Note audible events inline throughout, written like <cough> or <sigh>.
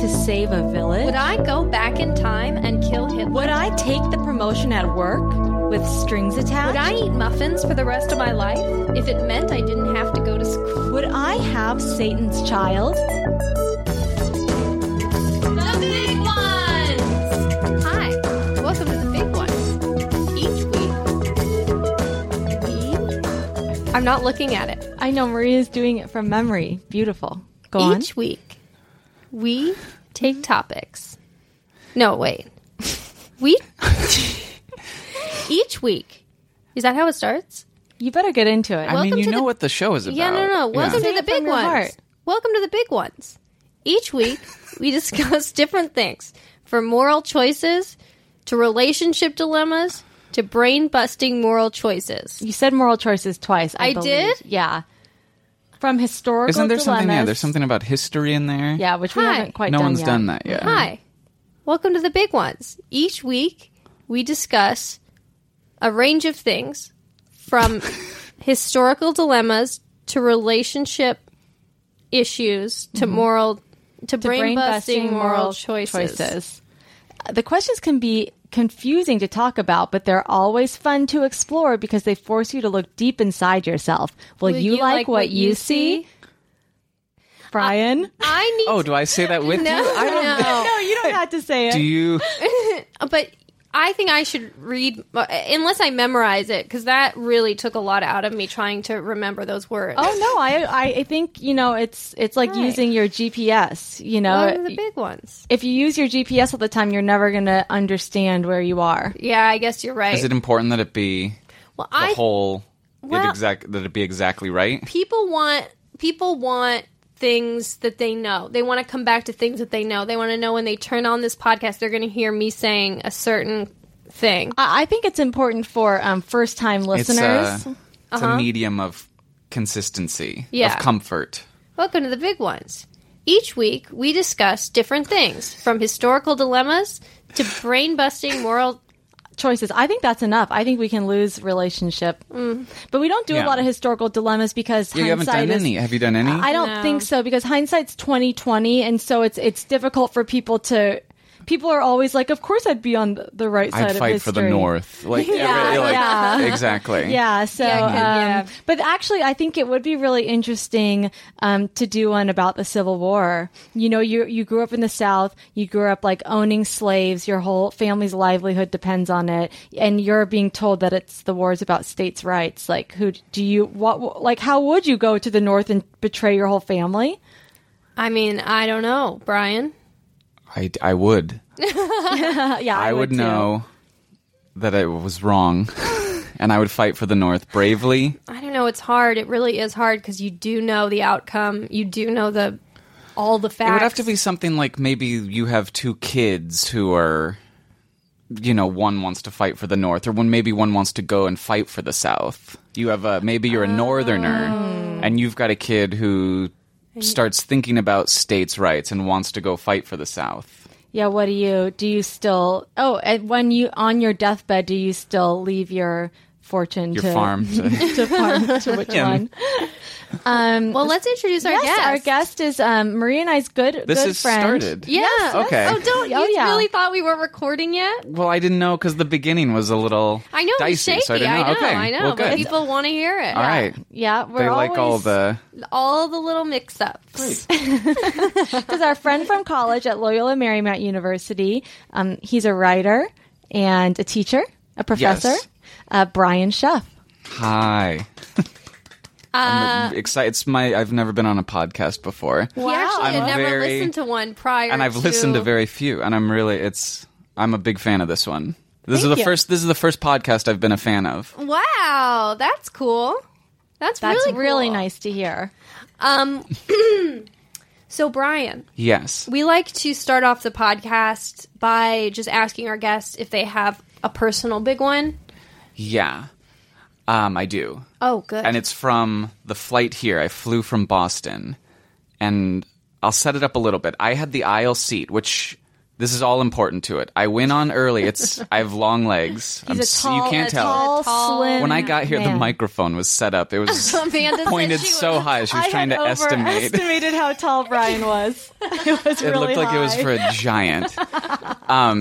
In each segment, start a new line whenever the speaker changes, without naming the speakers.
to save a village?
Would I go back in time and kill Hitler?
Would I take the promotion at work with strings
Would I
attached?
eat muffins for the rest of my life if it meant I didn't have to go to school?
Would I have Satan's child?
The big ones! Hi, welcome to the big ones. Each week, we. I'm not looking at it.
I know Maria's doing it from memory. Beautiful. Go
Each week, we take topics. No, wait. <laughs> We. Each week. Is that how it starts?
You better get into it.
I mean,
Welcome
you
to
know
the-
what the show is about.
Yeah, no, no. Welcome
Say
to
it
the
from
big
your
ones.
heart.
Welcome to the big ones. Each week, we <laughs> discuss different things from moral choices to relationship dilemmas to brain busting moral choices.
you said moral choices twice. I,
I
believe.
did?
Yeah. From historical
Isn't there
dilemmas.
something? Yeah, there's something about history in there.
Yeah, which we
Hi.
haven't quite
no
done
one's
yet.
done that yet.
Hi. Welcome to the big ones. Each week, we discuss a range of things
<laughs>
from historical dilemmas to relationship issues to
Mm-hmm.
moral to brain, busting moral choices.
The questions can be confusing to talk about, but they're always fun to explore because they force you to look deep inside yourself. Will, you, like, what, you see? Brian?
I need.
Oh, do I say
<laughs>
that with
no,
you? I don't.
no, you don't have to say it.
Do you?
no. <laughs> But I think I should read uh, unless I memorize it because that really took a lot out of me trying to remember those words.
<laughs> oh no, I I- I think you know it's it's like
Right.
using your GPS. You know,
Those are the big ones.
if you use your GPS all the time, you're never gonna understand where you are.
Yeah, I guess you're right.
Is it important that it be
well,
the
I
whole?
Well-
it exact that it be exactly right.
people want people want things that they know. They want to come back to things that they know. They want to know when they turn on this podcast, they're going to hear me saying a certain thing.
I, I think it's important for um, first time listeners.
It's uh, a, it's a medium of consistency.
Yeah.
Of comfort.
Welcome to the big ones. Each week, we discuss different things from historical dilemmas to brain busting
<laughs>
moral.
choices. I think that's enough. I think we can lose relationship, but we don't do a
Yeah.
lot of historical dilemmas because
Yeah, you haven't
hindsight
done
is.
any. Have you done any?
I don't
No.
think so because hindsight's twenty twenty, and so it's it's difficult for people to. People are always like, "Of course, I'd be on the- the right side
I'd
of
fight for
history."
the North. Like, every- like,
yeah.
exactly.
Yeah, so
Yeah, I could-
um,
yeah.
but actually I think it would be really interesting um, to do one about the Civil War. You know, you you grew up in the South, you grew up like owning slaves, your whole family's livelihood depends on it, and you're being told that it's the war is about states' rights. Like who do you what like how would you go to the North and betray your whole family?
I mean, I don't know, Brian.
I, I would.
Uh, yeah,
I, would
too.
know that I was wrong, <laughs> and I would fight for the North bravely.
I don't know. It's hard. It really is hard because you do know the outcome. You do know the all the facts.
It would have to be something like maybe you have two kids who are, you know, one wants to fight for the North, or when maybe one wants to go and fight for the South. You have a maybe you're a
Oh.
Northerner, and you've got a kid who starts thinking about states' rights and wants to go fight for the South.
Yeah, what do you do? You still oh, and when you on your deathbed, do you still leave your fortune
Your
to
<laughs>
farm. to- <laughs>
to farm to which
Yeah.
one?
Well, let's introduce our
Yes,
guest.
our guest is um, Maria and I's good
this
good
is
friend.
started.
Yeah.
Okay.
Oh, don't
Oh,
you
yeah.
really thought we weren't recording yet?
Well, I didn't know because the beginning was a little
I know it was
dicey,
shaky.
so I didn't
I
know.
know.
okay,
I know,
Well,
but
good.
people want to hear it.
All right.
Yeah, we're
They like all
always-
the
All the little
This
mix-ups.
is our friend from college at Loyola Marymount University. Um, he's a writer and a teacher, a professor,
Yes.
uh, Brian Sheff.
hi.
Uh,
I'm excited. It's my. I've never been on a podcast before,
He actually
I'm
had never
very-
listened to one prior.
and I've listened to very few. And I'm really. It's. I'm a big fan of this one. This is the
you.
first. This is the first podcast I've been a fan of.
Wow, that's cool. That's,
That's
really
really,
cool.
nice to hear.
Um, so Brian,
Yes.
we like to start off the podcast by just asking our guests if they have a personal big one.
Yeah. Um, I do.
Oh, good.
and it's from the flight here. I flew from Boston, and I'll set it up a little bit. I had the aisle seat, which this is all important to it. I went on early. It's I have long
<laughs>
legs. I'm
a
s-
tall-
you can't
a
tell.
tall,
Tall.
slim.
when I got here, the
man.
microphone was set up.
<laughs>
It was
Amanda said
pointed
she
so
was-
high. She was
I
trying
had
to estimate. <laughs>
overestimated how tall Brian was. <laughs> It was
It
really
looked like it was
high.
for a
<laughs>
giant. um,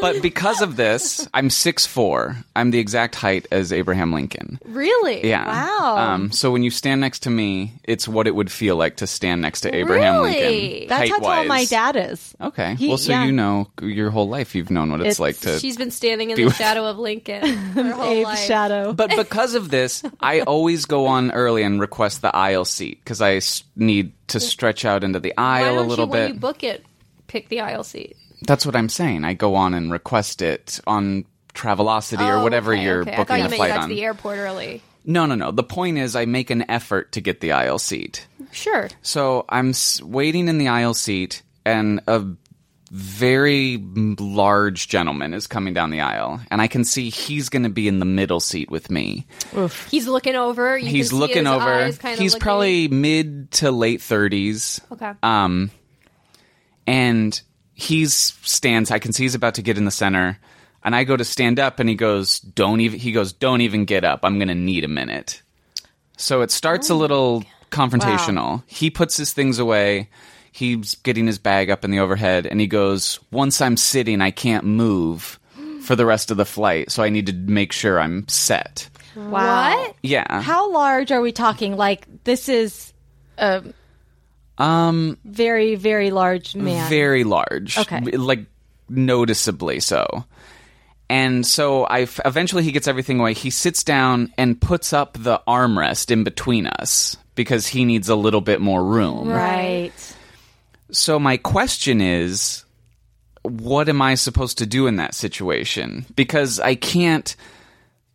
but because of this, I'm 6'4". I'm the exact height as Abraham Lincoln.
Really?
Yeah.
Wow.
Um, so when you stand next to me, it's what it would feel like to stand next to Abraham
Really?
Lincoln.
That's how tall
height-wise.
my dad is.
Okay.
He-
well, so
yeah.
you know, your whole life you've known what
It's-
it's, like to.
She's been standing in
Be
the
with-
shadow of Lincoln her whole
Abe's
life.
shadow.
<laughs>
But because of this, I always go on early and request the aisle seat because I s- need to stretch out into the
Why
aisle
don't
a little
you,
bit.
when you book it, pick the aisle seat?
That's what I'm saying. I go on and request it on Travelocity or
Oh,
whatever
okay,
you're
okay. I thought
booking
you
a
meant
flight
you got
on.
to the airport early.
no, no, no. The point is, I make an effort to get the aisle seat.
Sure.
So I'm s- waiting in the aisle seat, and a very m- large gentleman is coming down the aisle, and I can see he's going to be in the middle seat with me.
He's looking over. You
he's
can see
looking
his
over.
eyes kinda
he's
looking.
probably mid to late thirties.
Okay.
Um, and he's stands. I can see he's about to get in the center, and I go to stand up, and he goes, "Don't even." He goes, "Don't even get up. I'm gonna need a minute." So it
Oh
starts a little confrontational. He puts his things away. He's getting his bag up in the overhead, and he goes, "Once I'm sitting, I can't move." For the rest of the flight, so I need to make sure I'm set.
Wow.
What?
Yeah.
How large are we talking? Like this is a
um
very, very large man.
very large.
Okay.
B- Like noticeably so. And so I f- eventually he gets everything away. He sits down and puts up the armrest in between us because he needs a little bit more room.
right.
So my question is what am I supposed to do in that situation? Because I can't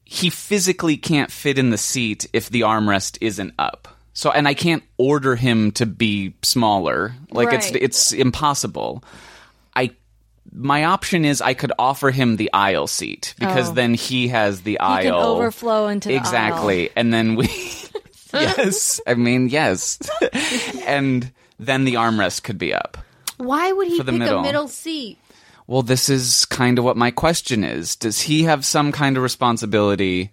he physically can't fit in the seat if the armrest isn't up. So and I can't order him to be smaller. Like
Right.
it's it's impossible. I my option is I could offer him the aisle seat because
Oh.
then he has the aisle
can overflow into the
exactly, and then we <laughs> yes, I mean yes, <laughs> and then the armrest could be up.
Why would he
For the
pick
middle.
a middle seat?
Well, this is kind of what my question is. Does he have some kind of responsibility?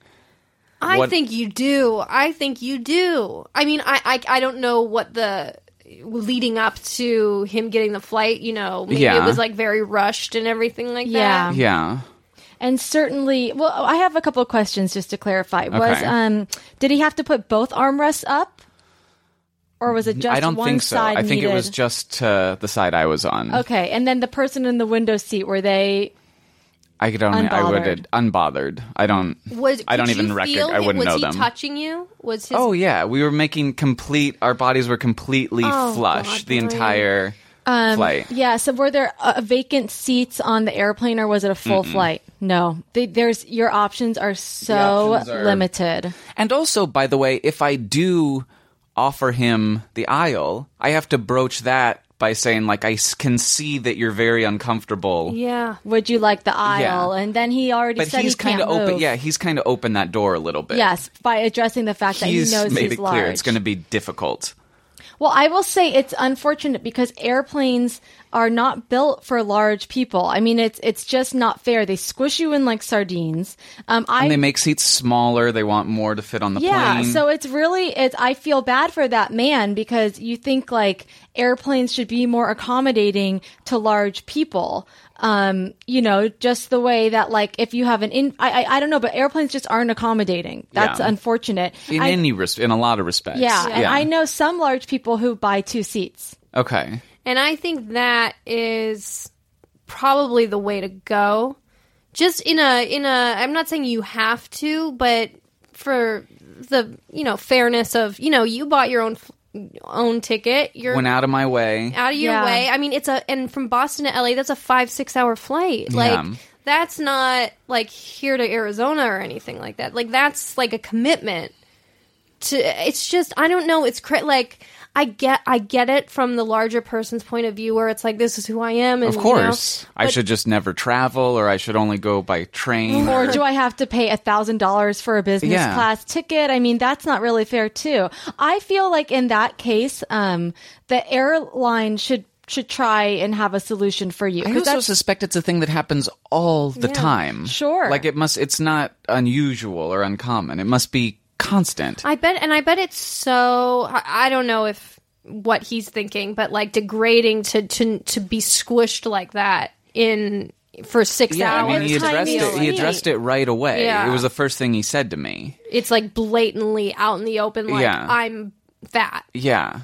I
What-
think you do. I think you do. I mean, I, I I don't know what the leading up to him getting the flight. You know, maybe
Yeah.
it was like very rushed and everything like
Yeah.
that.
Yeah.
And certainly, well, I have a couple of questions just to clarify. Was
Okay.
um, did he have to put both armrests up, or was it just
I don't
one
think so.
side?
I think it
needed?
was just uh, the side I was on.
okay. And then the person in the window seat were they?
I could only I
Unbothered.
would unbothered. I don't
Was
I don't
could you
even record
feel
I
him-
wouldn't
was
know
he
them.
touching you? Was his?
Oh yeah, we were making complete. Our bodies were completely
Oh,
flush
God,
the
Brian.
entire flight.
um, Yeah. So were there uh, vacant seats on the airplane, or was it a full flight? No. They, there's your options are so
options are-
limited.
And also, by the way, if I do offer him the aisle, I have to broach that by saying like I s- can see that you're very uncomfortable.
yeah.
Would you like the aisle?
Yeah.
And then he already
But
said
he's
he can't
kind of open.
move.
Yeah, he's kind of opened that door a little bit.
Yes, by addressing the fact that he
he's
knows
made
he's
it clear
large.
it's going to be difficult.
Well, I will say it's unfortunate because airplanes are not built for large people. I mean, it's it's just not fair. They squish you in like sardines. Um, I
And they make seats smaller. They want more to fit on the
yeah,
plane.
so it's really it's. I feel bad for that man because you think like airplanes should be more accommodating to large people. Um, you know, just the way that like if you have an in, I I, I don't know, but airplanes just aren't accommodating. That's
Yeah.
unfortunate.
in
I,
any res- in a lot of respects.
yeah, and
yeah.
I know some large people who buy two seats.
Okay.
And I think that is probably the way to go. Just in a in a I'm not saying you have to, but for the you know fairness of you know you bought your own f- own ticket, you're
Went out of my way.
out of your
Yeah.
way. I mean, it's a and from Boston to LA, that's a five six hour flight. Like
Yeah.
that's not like here to Arizona or anything like that. Like that's like a commitment to it's just I don't know. It's cra- like I get I get it from the larger person's point of view where it's like this is who I am. And,
Of
you know,
course. I
but-
should just never travel or I should only go by train.
Or
<laughs>
do I have to pay a thousand dollars for a business
Yeah.
class ticket? I mean, that's not really fair too. I feel like in that case, um, the airline should should try and have a solution for you.
I
'Cause
also
that's-
suspect it's a thing that happens all the time.
sure.
Like it must it's not unusual or uncommon. It must be constant.
I bet, and I bet it's so. I, I don't know if what he's thinking, but like degrading to to to be squished like that in for six
yeah,
hours.
I mean he
Hours,
addressed
tiny
it he
meal.
addressed it right away.
Yeah.
It was the first thing he said to me.
It's like blatantly out in the open. Like
Yeah.
I'm fat.
Yeah.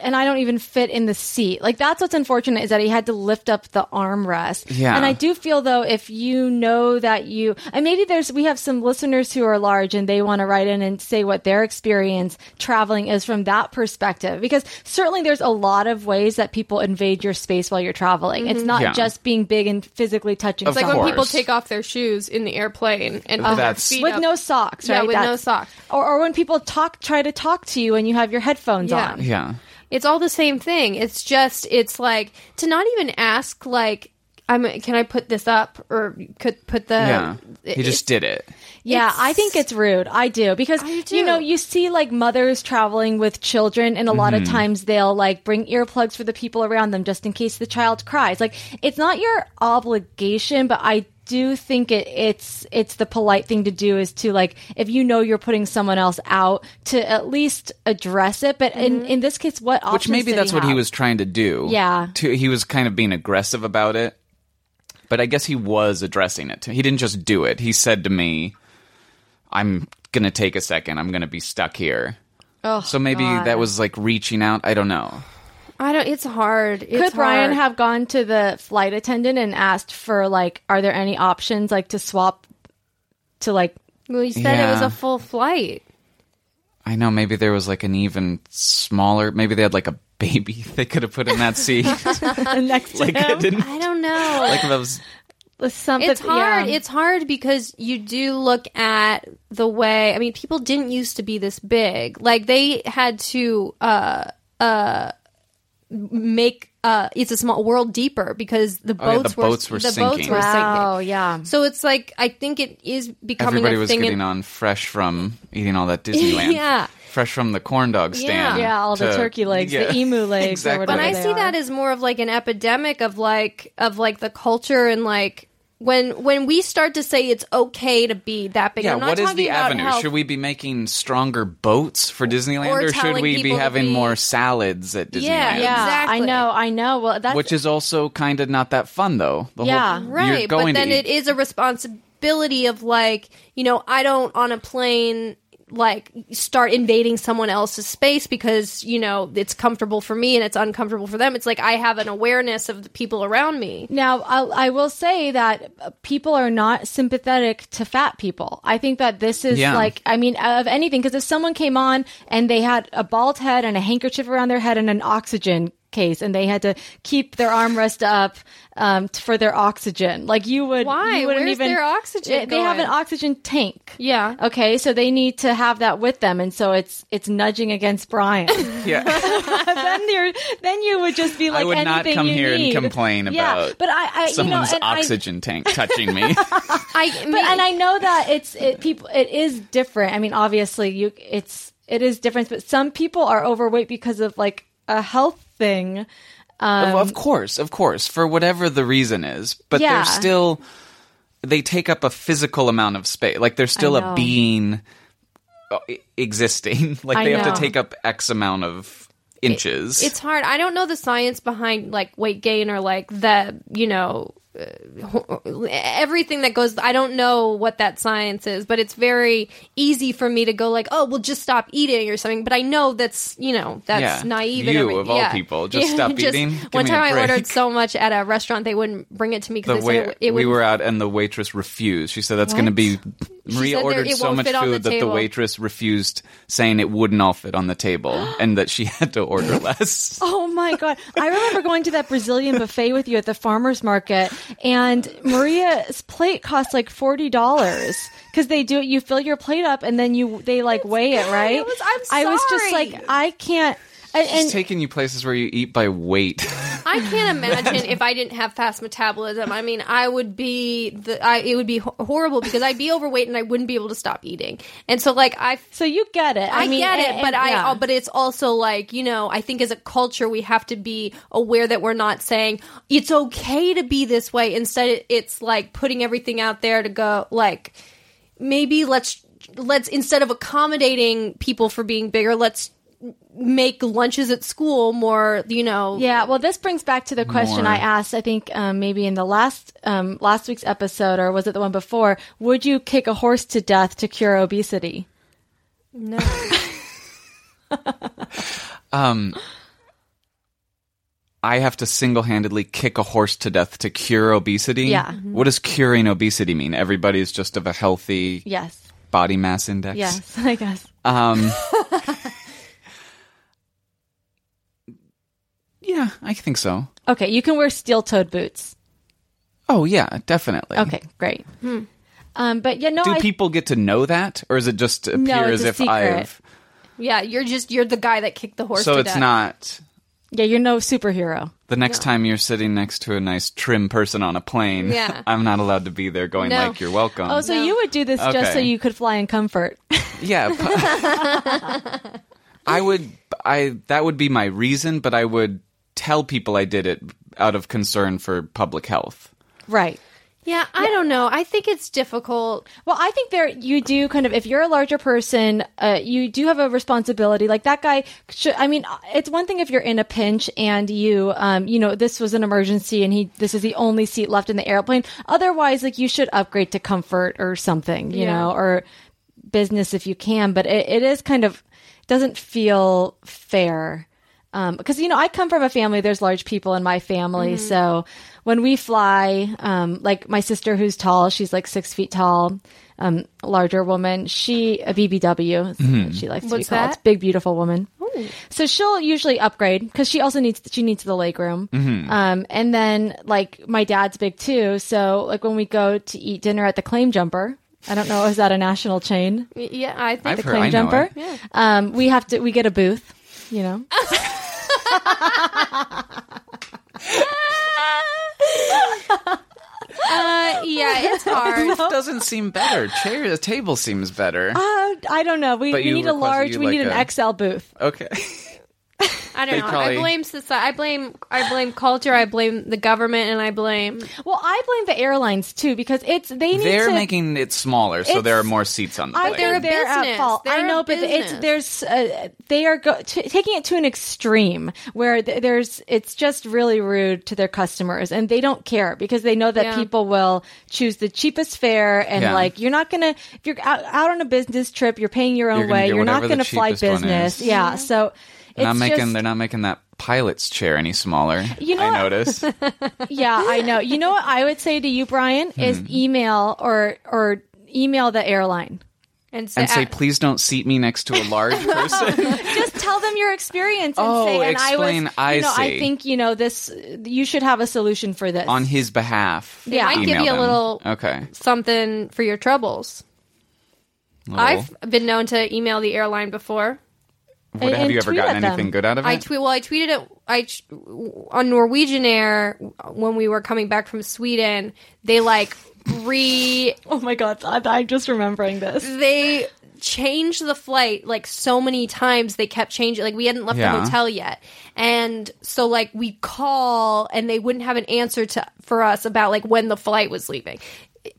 and I don't even fit in the seat. Like that's what's unfortunate is that he had to lift up the armrest.
Yeah.
And I do feel though if you know that you and maybe there's we have some listeners who are large and they want to write in and say what their experience traveling is from that perspective because certainly there's a lot of ways that people invade your space while you're traveling.
Mm-hmm.
It's not
Yeah.
just being big and physically touching
Of
Like
someone.
when people
course.
take off their shoes in the airplane and put their
That's-
feet
with
up.
no socks, right?
Yeah, with no
That's-
socks.
Or, or when people talk, try to talk to you and you have your headphones
Yeah.
on.
Yeah.
It's all the same thing. It's just it's like to not even ask like I'm can I put this up or could put the
Uh,
Yeah.
it-
he just did it.
Yeah,
It's-
I think it's rude. I do because you know
do.
you see like mothers traveling with children, and a lot
Mm-hmm.
of times they'll like bring earplugs for the people around them just in case the child cries. Like it's not your obligation, but I do think it it's it's the polite thing to do is to like if you know you're putting someone else out to at least address it. But
Mm-hmm.
in in this case, what options
Which maybe
did
that's what he
have?
was trying to do.
Yeah.
To, he was kind of being aggressive about it. But I guess he was addressing it. To, he didn't just do it. He said to me, I'm going to take a second. I'm going to be stuck here. Oh, so maybe that was like reaching out. I don't know.
I don't it's hard. It's
Could Brian
hard.
have gone to the flight attendant and asked for like, are there any options like to swap to like
Well, you said it was
Yeah.
a full flight.
I know. Maybe there was like an even smaller. Maybe they had like a baby <laughs> they could have put in that <laughs> seat.
Uh,
next to
like I didn't.
I don't know.
Like if I was.
something.
it's hard.
yeah.
It's hard because you do look at the way. I mean, people didn't used to be this big. Like they had to uh uh make uh it's a small world deeper because the
Oh, yeah, the
boats were
boats were
the boats
sinking.
were
wow.
sinking.
Yeah.
So it's like I think it is becoming
Everybody
a
was
thing.
getting
in-
on fresh from eating
<laughs>
all that Disneyland.
Yeah.
Fresh from the corn dog stand.
Yeah, all the
to-
turkey legs,
Yeah.
the emu legs,
Exactly.
or
When
whatever.
I
they
see
are.
that as more of like an epidemic of like of like the culture and like when when we start to say it's okay to be that big.
Yeah,
I'm not
what is
talking
the
about
avenue?
Health.
Should we be making stronger boats for Disneyland,
Or
or, should
telling
we be
people to
having
be-
more salads at Disneyland?
Yeah,
yeah,
Exactly.
I know, I know. Well, that's
Which is also kind of not that fun, though. The
Yeah.
whole,
right
You're going
but then
to
it is a responsibility of like you know i don't on a plane like start invading someone else's space because you know it's comfortable for me and it's uncomfortable for them it's like i have an awareness of the people around me
Now, I'll, I will say that uh, people are not sympathetic to fat people. I think that this is
Yeah.
like, I mean, of anything, because if someone came on and they had a bald head and a handkerchief around their head and an oxygen case and they had to keep their armrest up um, t- for their oxygen, like you would.
Why?
You wouldn't
Where's
even,
their oxygen
They, they have an
going?
oxygen tank.
Yeah.
Okay, so they need to have that with them, and so it's it's nudging against Brian. <laughs>
Yeah.
then you then you would just be like
I would not
anything
come
you
here
need.
and complain
yeah,
about
but I, I
someone's
you know, and I-
oxygen tank touching
<laughs>
me.
i
but, and I know that it's it people it is different. I mean, obviously you it's it is different, but some people are overweight because of like a health thing.
Of-
Um,
of course, of course, for whatever the reason is, but
Yeah.
they're still they take up a physical amount of space. Like they're still
know.
a being uh, e- existing. <laughs> like
I
they have
know.
to take up X amount of inches.
it's hard i don't know the science behind like weight gain or like the you know uh, ho- everything that goes i don't know what that science is but it's very easy for me to go like oh well just stop eating or something but i know that's you know that's
Yeah.
naive
You,
and everything.
of all
Yeah. <laughs>
people, just stop eating? Give
one
me a
time i
break.
ordered so much at a restaurant they wouldn't bring it to me
the
because
way
it, it
we
would
were out and the waitress refused. She said that's going to be. Maria <laughs>
said there-
ordered
it
so
won't
much
fit on the
food that the
table. <gasps>
waitress refused, saying it wouldn't all fit on the table and that she had to order less.
Oh my my god! I remember going to that Brazilian buffet with you at the farmers market, and Maria's plate cost like forty dollars because they do it. You fill your plate up, and then you they like weigh it, right?
It was- I'm
I was just
sorry.
like, I can't. And,
It's
and
taking you places where you eat by weight. <laughs>
I can't imagine if I didn't have fast metabolism. I mean, I would be the I it would be ho- horrible because I'd be overweight and I wouldn't be able to stop eating. And so like I
so you get it.
I,
I, oh, mean,
get it,
and-
but
and-
I
yeah.
uh, but it's also like you know I think as a culture we have to be aware that we're not saying it's okay to be this way. Instead, it- it's like putting everything out there to go like maybe let's let's instead of accommodating people for being bigger, let's make lunches at school more you know
Yeah, well, this brings back to the question
More.
I asked. I think um, maybe in the last um, last week's episode, or was it the one before? Would you kick a horse to death to cure obesity?
no
Um, I have to single handedly kick a horse to death to cure obesity.
Yeah.
What does curing obesity mean? Everybody's just of a healthy
Yes,
body mass index.
yes, <laughs> I guess. <laughs>
Um, yeah, I think so.
Okay, you can wear steel-toed boots.
Oh, yeah, definitely.
Okay, great. Um, but yeah, no,
Mm-hmm. Do
I,
people get to know that, or is it just appear
it's
as
a
if
secret.
I've?
yeah you're just you're the guy that kicked the horse.
So
to
it's
death.
not
yeah, you're no superhero.
the next time you're sitting next to a nice trim person on a plane.
Yeah.
<laughs> I'm not allowed to be there going
No.
like you're welcome.
Oh, so you would do this just so
Okay.
you could fly in comfort. <laughs>
Yeah. but- I would I that would be my reason, but I would tell people I did it out of concern for public health.
right.
Yeah, I don't know. I think it's difficult.
Well, I think there you do kind of if you're a larger person, uh, you do have a responsibility. Like that guy, should, I mean, it's one thing if you're in a pinch and you, um, you know, this was an emergency and he, this is the only seat left in the airplane. Otherwise, like you should upgrade to comfort or something, you
Yeah.
know, or business if you can. But it, it is kind of doesn't feel fair because you know I come from a family. There's large people in my family,
Mm-hmm.
so when we fly, um, like my sister who's tall, she's like six feet tall, um, larger woman. She a BBW, she likes to
What's
be called
that?
big beautiful woman. So she'll usually upgrade because she also needs she needs the leg room. Um, and then like my dad's big too, so like when we go to eat dinner at the Claim Jumper. I don't know. Is that a national chain?
Y- Yeah, I think
I've
the
heard-
Claim
I know
jumper.
it.
Yeah.
Um, we have to. We get a booth. You <laughs> know.
uh, yeah, <laughs> it's hard.
It doesn't seem better. Chair the table seems better.
Uh, I don't know. We,
But
we
you
need a
requested
large.
you
We need
like
an
a-
XL booth.
Okay.
I don't
They
know.
probably-
I blame society. I blame. I blame culture. I blame the government, and I blame.
Well, I blame the airlines too because it's they need
They're
to.
making it smaller so there are
It's-
more seats on the
I
plane.
think
They're a
they're at
business.
fault.
They're
I
a
know, but it's
business.
there's uh, they are go- t- taking it to an extreme where th- there's it's just really rude to their customers, and they don't care because they know that
Yeah.
people will choose the cheapest fare, and
Yeah.
like you're not gonna if you're out, out on a business trip, you're paying your own
You're gonna
way,
get
you're not
whatever the
gonna fly
cheapest one
business,
is.
yeah. So
they're not
it's
making
just,
they're not making that pilot's chair any smaller.
You know
I
what? <laughs>
notice.
<laughs> Yeah, I know. You know what I would say to you, Brian,
Hmm.
is email or or email the airline.
And, so,
and say please don't seat me next to a large
<laughs>
person.
Just tell them your experience and
Oh,
say, and I
explain,
was,
I
you know, I
see.
think you know this. You should have a solution for this.
on his behalf.
Yeah.
I give
Email
you a
them.
little
Okay.
something for your troubles.
Little-
I've been known to email the airline before.
What, have
and
you ever
tweet
gotten
at them.
anything good out of it?
I tweet. Well, I tweeted it. I t- on Norwegian Air when we were coming back from Sweden. They like re
oh my god, I, I'm just remembering this.
they changed the flight like so many times they kept changing like we hadn't left the
Yeah.
hotel yet and so like we call and they wouldn't have an answer to for us about like when the flight was leaving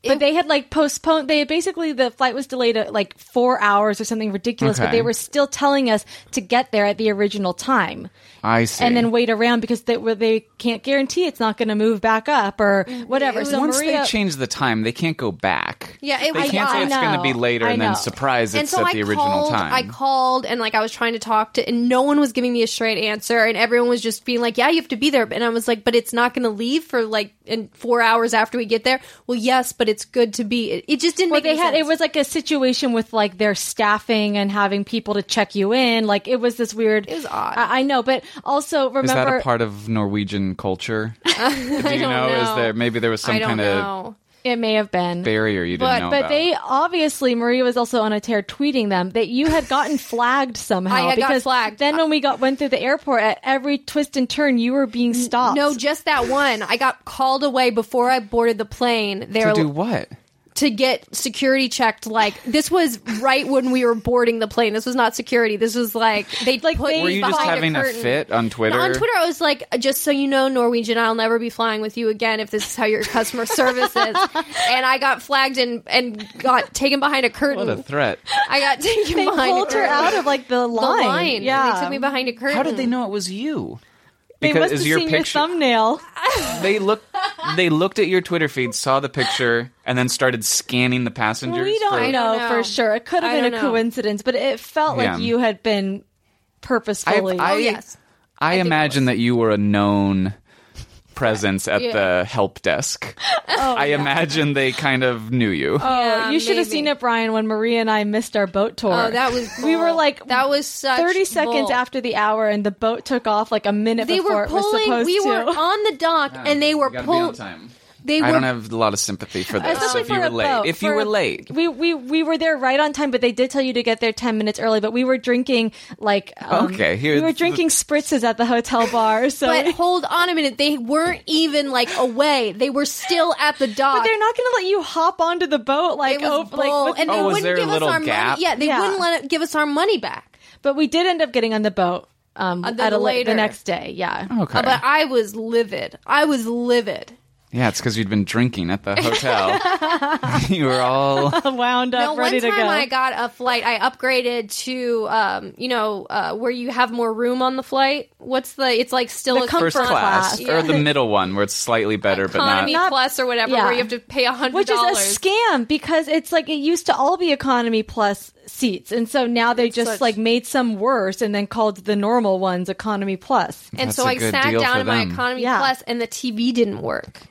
But they had like postponed. They had basically the flight was delayed uh, like four hours or something ridiculous, but
Okay.
they were still telling us to get there at the original time.
I see.
and then wait around because they well, they can't guarantee it's not going to move back up or whatever.
Mm-hmm. It was-
So
once
Maria,
they change the time, they can't go back.
Yeah, it
they
was-
can't
I
say it's going
know.
to be later
I
and then
know.
surprise
and
it's
so
at
I
the original
called
time.
I called and like I was trying to talk to and no one was giving me a straight answer and everyone was just being like yeah you have to be there and I was like but it's not going to leave for like in 4 hours after we get there well yes but it's good to be. It, it just didn't
Well,
make
they
any
had
sense.
it was like a situation with like their staffing and having people to check you in. Like it was this weird. It
was odd.
I, I know, but also
Is that
remember
a part of Norwegian
<laughs>
culture? Do you Is
know.
there maybe there was some
I don't
kind of
know.
it may have been.
barrier you didn't
But-
know
but
about?
they obviously Maria was also on a tear tweeting them that you had gotten
<laughs>
flagged somehow.
I had got
because
flagged.
Then when we got went through the airport, at every twist and turn, you were being stopped.
No, <laughs> just that one. I got called away before I boarded the plane. They
to
were
do what?
to get security checked. Like this was right when we were boarding the plane. This was not security. This was like they
Like,
like put
they-
me
Were you just
behind
having a
curtain.
fit on Twitter?
No, on Twitter, I was like, just so you know, Norwegian, I'll never be flying with you again if this is how your customer service is.
<laughs>
And I got flagged and, and got taken behind a curtain.
What a threat!
I got taken
they
behind
pulled
a
her
curtain.
out of like the
the
line.
line.
Yeah,
And they took me behind a curtain.
How did they know it was you?
They
Because
must have
is your
seen
picture?
your thumbnail.
<laughs> they looked. They looked at your Twitter feed, saw the picture, and then started scanning the passengers.
We don't,
for-
I
know,
don't know.
for sure. It could have
I
been a
don't know.
coincidence, but it felt
Yeah.
like you had been purposefully.
I-
Oh, yes.
I,
it
imagine that you were a known presence at the
<laughs>
help desk. I imagine they kind of knew you.
Oh, you should have
maybe.
seen it, Brian, when Maria and I missed our boat tour.
Oh, that was
we were
bull.
like
that was such
thirty seconds
bull.
after the hour, and the boat took off like a minute
They
before
were
it was
pulling.
supposed
We
to.
were on the dock, and they were pulling. They
I
were
don't have a lot of sympathy for
<laughs>
this.
Especially
if you
for
were
a
late,
boat.
if you
For-
were late,
we, we we were there right on time, but they did tell you to get there ten minutes early. But we were drinking like um,
Okay, Oh, here-
we were drinking spritzes at the hotel bar. So
But hold on a minute. They weren't even like away. They were still at the
<laughs>
dock.
But they're not going to let you hop onto the boat like
It was
oh, like
bull,
with-
and
Oh,
they
was there
wouldn't
a
give us
little
our
gap?
money. Yeah, they
Yeah.
wouldn't let it, give us our money back.
But we did end up getting on the boat um,
Uh, the
at a la-
later.
the next day. Yeah.
okay.
Uh, But I was livid. I was livid.
yeah, it's because you'd been
<laughs>
drinking at the hotel. <laughs> you were all
<laughs> Wound up
No, one
ready
time
to go.
I got a flight. I upgraded to, um, you know, uh, where you have more room on the flight. What's the? It's like still
The
a
comfort
first
First
class,
class.
or the middle one where it's slightly better, but not.
economy
Not-
plus or whatever,
yeah.
where you have to pay a hundred
which is a
dollars.
scam because it's like it used to all be economy plus seats, and so now they just
such-
like made some worse and then called the normal ones economy plus.
And
That's
so
a
I
good
sat
deal
down
for
in my
them.
economy
Yeah.
plus, and the TV didn't work,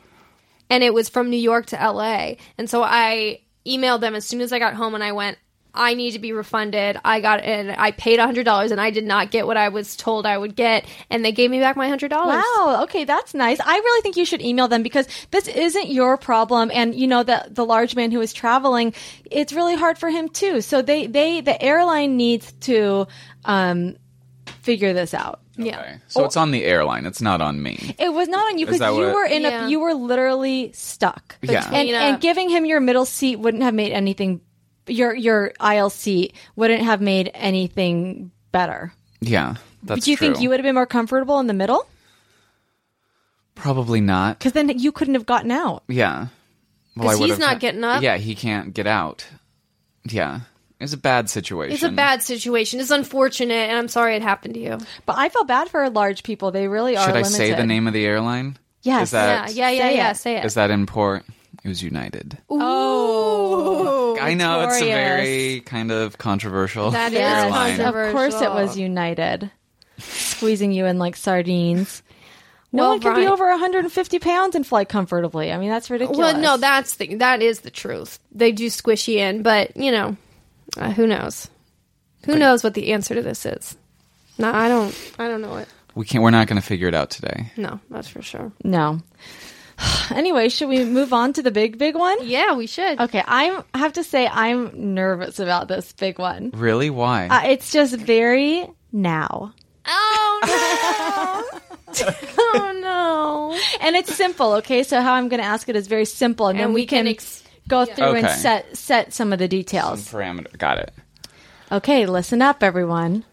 and it was from New York to LA. And so I emailed them as soon as I got home, and I went, "I need to be refunded. I got and I paid a hundred dollars, and I did not get what I was told I would get, and they gave me back my hundred dollars.
Wow. Okay, that's nice. I really think you should email them because this isn't your problem, and you know the the large man who is traveling, it's really hard for him too. So they they the airline needs to um, figure this out.
Yeah.
Okay. So it's on the airline. It's not on me.
It was not on you because
that
you
what-
were in
Yeah.
a you were literally stuck.
Yeah.
And,
Between a-
and giving him your middle seat wouldn't have made anything your your aisle seat wouldn't have made anything better.
Yeah, that's
Do you
true.
think you would have been more comfortable in the middle?
Probably not.
Because then you couldn't have gotten out.
Yeah. Well,
'Cause
I would
he's
have
not
ha-
getting up.
Yeah, he can't get out. Yeah, it's a bad situation.
It's a bad situation. It's unfortunate, and I'm sorry it happened to you.
But I feel bad for large people. They really are
Should I
limited.
say the name of the airline?
Yes.
Is that is
yeah, yeah, yeah,
Say
yeah.
it.
Say it.
that import? It was United.
oh,
I know it's a
notorious.
very kind of controversial
That is
airline.
controversial.
Of course it was United. Squeezing you in like sardines. No
Well,
one can
Brian-
be over 150 pounds and fly comfortably. I mean, that's ridiculous.
Well, no, that's the that is the truth. They do squish you in, but you know, uh, who knows? Who knows what the answer to this is? No, I don't. I don't know it.
We can't. We're not going to figure it out today.
No, that's for sure.
No. <sighs> anyway, should we move on to the big, big one?
Yeah, we should.
Okay, I'm I have to say I'm nervous about this big one.
Really? Why?
Uh, it's just very now.
Oh no!
<laughs>
oh no!
And it's simple, okay? So how I'm going to ask it is very simple and, then
And
we,
we
can,
can ex-
go through and
Okay.
set set some of the details.
Parameter. Got it.
Okay, listen up everyone.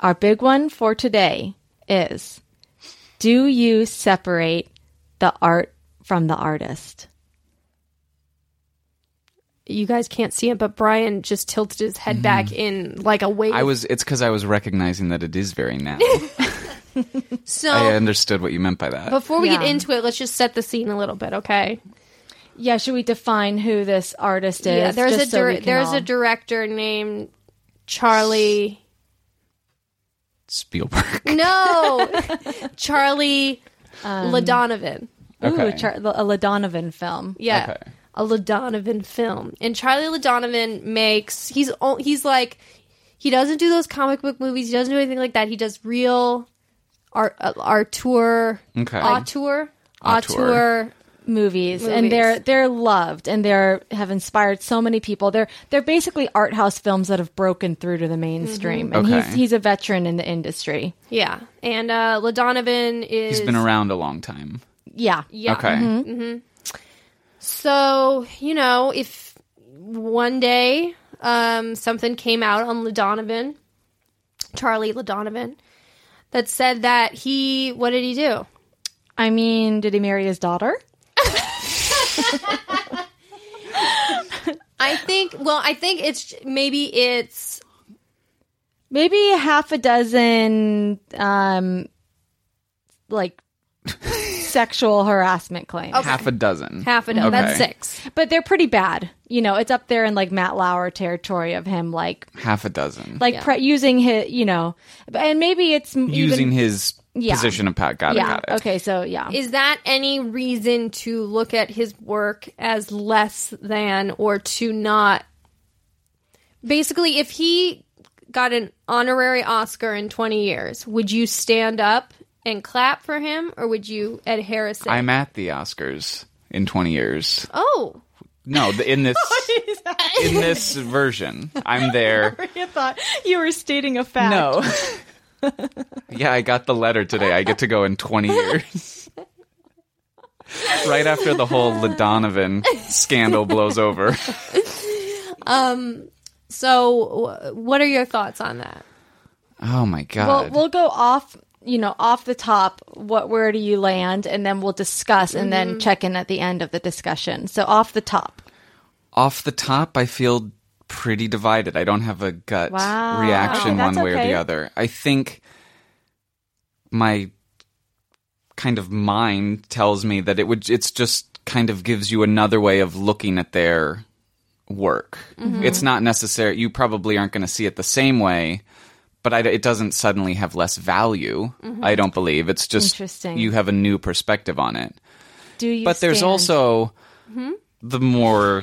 Our big one for today is do you separate the art from the artist?
You guys can't see it, but Brian just tilted his head
Mm-hmm.
back in like a wave.
I was. It's because I was recognizing that it is
<laughs>
very now.
so.
I understood what you meant by that.
before we get
Yeah.
into it, let's just set the scene a little bit, okay?
Yeah, should we define who this artist is?
yeah, there's a
just so we
dir-
can
there's
all-
a director named Charlie.
Spielberg. <laughs>
No,
<laughs>
Charlie LaDonovan.
Ooh,
Okay.
Char- a LaDonovan film.
Yeah.
Okay.
a LaDonovan film, and Charlie LaDonovan makes he's o- he's like he doesn't do those comic book movies. He doesn't do anything like that. He does real art uh, artur
Okay.
auteur
Auteur.
auteur
movies, and they're they're loved and they're have inspired so many people. They're they're basically art house films that have broken through to the mainstream. And he's
Okay.
he's a veteran in the industry.
yeah. And uh, LaDonovan is
He's been around a long time.
Yeah.
yeah. Mm-hmm.
Okay.
So, you know, if one day um, something came out on LaDonovan, Charlie LaDonovan, that said that he, what did he do?
I mean, did he marry his daughter?
I think, well, I think it's maybe it's,
Maybe half a dozen um
<laughs>
like sexual harassment claims.
Half a dozen.
half a dozen. That's
Okay.
six.
But they're pretty bad. You know, it's up there in like Matt Lauer territory of him like
Half a dozen.
like pre- using his, you know, and maybe it's m-
Using
even,
his
Yeah.
position of Pat. Got it.
yeah.
Got it.
Okay, so <laughs> yeah.
Is that any reason to look at his work as less than or to not? Basically, if he got an honorary Oscar in 20 years, would you stand up and clap for him or would you adhere a say?
I'm at the Oscars in 20 years.
oh,
No, th-
<laughs>
in this in this version,
<laughs>
I'm there.
You thought you were stating a fact.
No. <laughs> yeah, I got the letter today. I get to go in 20 years.
<laughs>
right after the whole LaDonovan scandal
<laughs>
blows over.
so wh- what are your thoughts on that?
Oh my
Well,
god.
we'll go off, you know, off the top. What where do you land, and then we'll discuss, and then check in at the end of the discussion. So off the top,
Off the top, I feel pretty divided. I don't have a gut
Wow.
reaction
That's
one way or
okay.
the other. I think my kind of mind tells me that it would it's just kind of gives you another way of looking at their work.
Mm-hmm.
It's not necessary. You probably aren't going to see it the same way, but I, it doesn't suddenly have less value. I don't believe. It's just
Mm-hmm. Interesting.
you have a new perspective on it.
do you?
But there's
stand? Mm-hmm.
also the more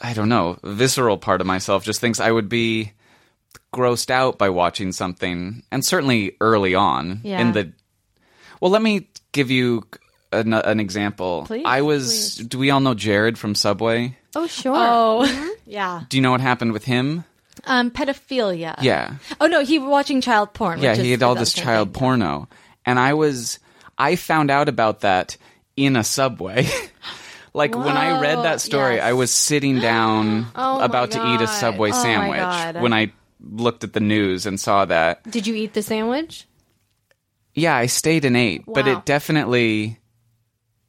I don't know visceral part of myself just thinks I would be grossed out by watching something, and certainly early on
Yeah.
in the. Well, let me give you an, an example.
Please,
I was. Do we all know Jared from Subway?
Oh, sure.
oh yeah,
Do you know what happened with him?
um, pedophilia. <laughs>
Yeah.
Oh no, he was watching child porn.
Yeah,
which
he
is
had all
the
this
other
child
thing.
porno. And I was I found out about that in a subway. <laughs> like when I read that story,
yes.
I was sitting down
<gasps>
Oh my
about to eat a
God.
subway
Oh my
sandwich
God.
when I looked at the news and saw that.
Did you eat the sandwich?
Yeah, I stayed and ate, but
Wow.
it definitely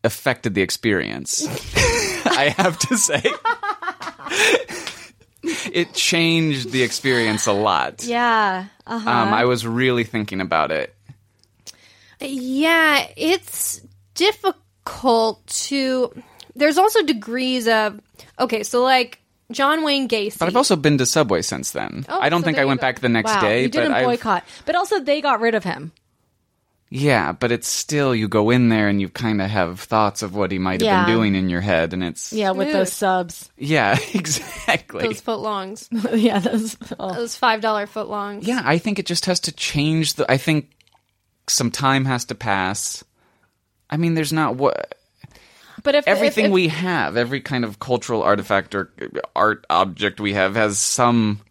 affected the experience. <laughs> I have to say. <laughs> it changed the experience a lot.
Yeah. Uh,
Um, I was really thinking about it.
Yeah, it's difficult to. There's also degrees of. Okay, so like John Wayne Gacy.
But I've also been to Subway since then.
Oh,
I don't
so
think
there
I
you
went
go.
back the next
wow,
day.
you didn't
but I've-
boycott, but also they got rid of him.
Yeah, but it's still you go in there and you kind of have thoughts of what he might have
Yeah.
been doing in your head, and it's
Yeah, with
Dude.
those subs. <laughs>
yeah, <laughs> exactly.
those footlongs,
yeah, those. Oh.
those five dollar footlongs.
yeah, I think it just has to change. The I think some time has to pass. I mean, there's not what
But if
everything
if, if,
we have, every kind of cultural artifact or uh, art object we have has some.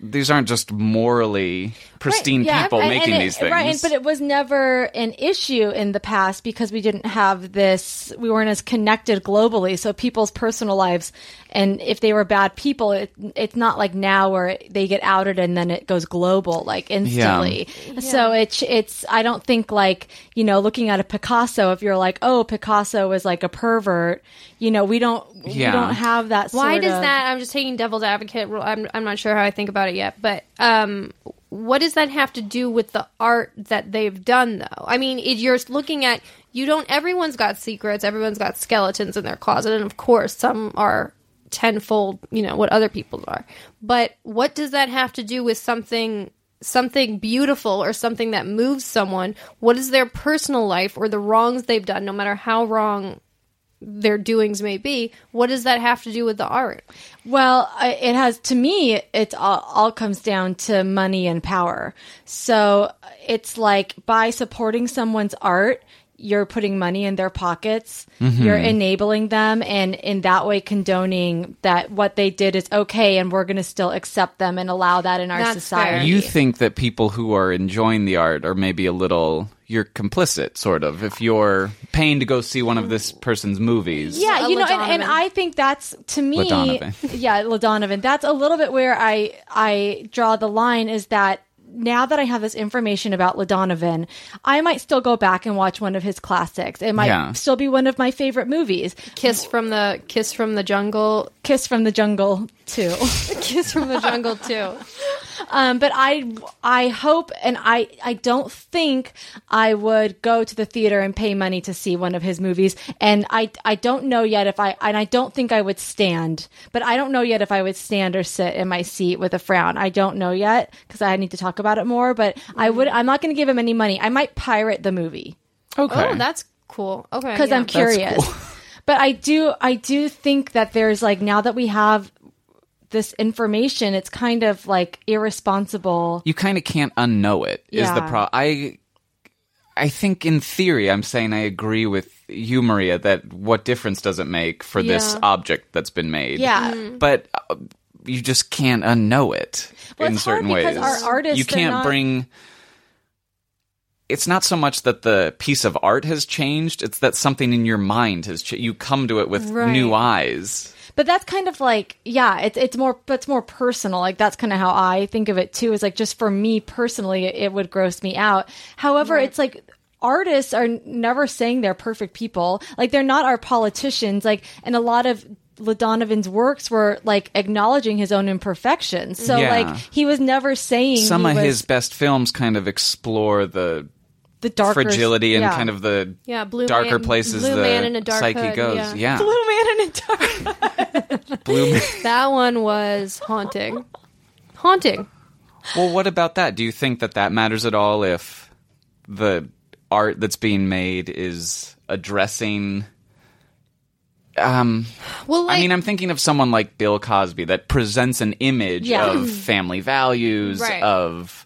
These aren't just morally pristine
yeah,
people
and-
making
and it-
these things.
Right, and- but it was never an issue in the past because we didn't have this. We weren't as connected globally, so people's personal lives, and if they were bad people, it, it's not like now where they get outed and then it goes global like instantly. So it's it's. I don't think like you know, looking at a Picasso, if you're like, oh, Picasso was like a pervert, you know, we don't we
Yeah.
don't have that.
Why
sort
does
of-
that? I'm just taking devil's advocate. role. I'm I'm not sure how I think about it yet, but um, what does that have to do with the art that they've done though? I mean, it, you're looking at you don't. Everyone's got secrets. Everyone's got skeletons in their closet, and of course, some are tenfold. You know what other people's are, but what does that have to do with something? Something beautiful or something that moves someone. What is their personal life or the wrongs they've done, no matter how wrong their doings may be, what does that have to do with the art?
Well, I- it has to me. It all, all comes down to money and power. So it's like by supporting someone's art, you're putting money in their pockets. You're enabling them, and in that way, condoning that what they did is okay, and we're going to still accept them and allow that in our
That's
society.
You think that people who are enjoying the art are maybe a little you're complicit, sort of, if you're paying to go see one of this person's movies.
Yeah,
Uh,
you know, and, and
LaDonovan.
I think that's to me,
LaDonovan.
<laughs> yeah, LaDonovan. That's a little bit where I I draw the line is that now that I have this information about LaDonovan, I might still go back and watch one of his classics. It might
Yeah.
still be one of my favorite movies,
Kiss from the Kiss from the Jungle, <laughs>
Kiss from the Jungle too. <laughs>
Kiss from the Jungle
<laughs>
too.
Um, but I, I hope, and I, I don't think I would go to the theater and pay money to see one of his movies. And I, I don't know yet if I, and I don't think I would stand. But I don't know yet if I would stand or sit in my seat with a frown. I don't know yet because I need to talk about it more. But I would, I'm not going to give him any money. I might pirate the movie
Okay.
Oh, that's cool. Okay,
because
yeah.
I'm curious. but I do I do think that there's like now that we have this information, it's kind of like irresponsible.
you kind of can't unknow it. Is the
Yeah.
pro I I think in theory I'm saying I agree with you Maria that what difference does it make for this
Yeah.
object that's been made?
Yeah.
But uh, you just can't unknow it
Well,
in
it's
certain
hard
ways.
because our artists,
you
they're
can't
not-
bring it's not so much that the piece of art has changed, it's that something in your mind has changed. You come to it with new eyes.
But that's kind of like, yeah, it's it's more that's more personal. Like that's kind of how I think of it too. Is like just for me personally, it, it would gross me out. However, it's like artists are never saying they're perfect people. Like they're not our politicians. Like and a lot of LaDonovan's works were like acknowledging his own imperfections. So
Yeah.
like he was never saying
Some
he
of
was
his best films kind of explore the
the darker
fragility and
yeah.
kind of the
Yeah, Blue
darker
Man-
places
Blue
the
Man in a Dark
psyche
Hood,
goes.
yeah.
Yeah,
blue man in a dark.
Blue Man.
that one was
<laughs>
haunting. Haunting.
well, what about that? Do you think that that matters at all if the art that's being made is addressing? Um,
Well, like,
I mean, I'm thinking of someone like Bill Cosby that presents an image
Yeah.
<clears throat>
of family values
Right.
of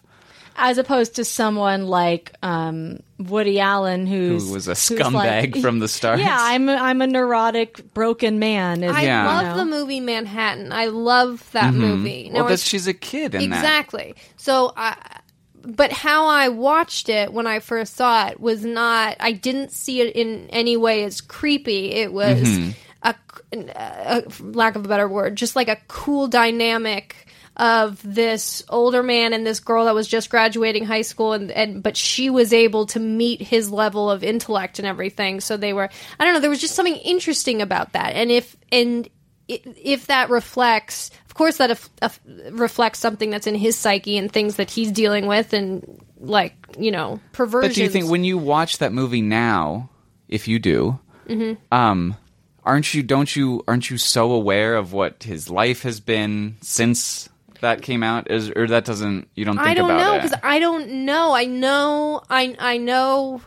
as opposed to someone like um, Woody Allen, who's
who was a
who's
scumbag
like-
from the start.
Yeah, I'm a, I'm a neurotic, broken man. Is,
I
Yeah. Mm-hmm.
love the movie Manhattan. I love that movie. Now,
well, that
it's-
she's a kid in that.
exactly. So, I, but how I watched it when I first saw it was not. I didn't see it in any way as creepy. It was a, a lack of a better word, just like a cool dynamic of this older man and this girl that was just graduating high school and, and but she was able to meet his level of intellect and everything so they were i don't know there was just something interesting about that and if and i- if that reflects of course that af- af- reflects something that's in his psyche and things that he's dealing with and like you know perversions
But do you think when you watch that movie now, if you do, um, aren't you don't you aren't you so aware of what his life has been since that came out? Is or that doesn't you don't think
I don't
about
know
it?
because I don't know. I know. I I know.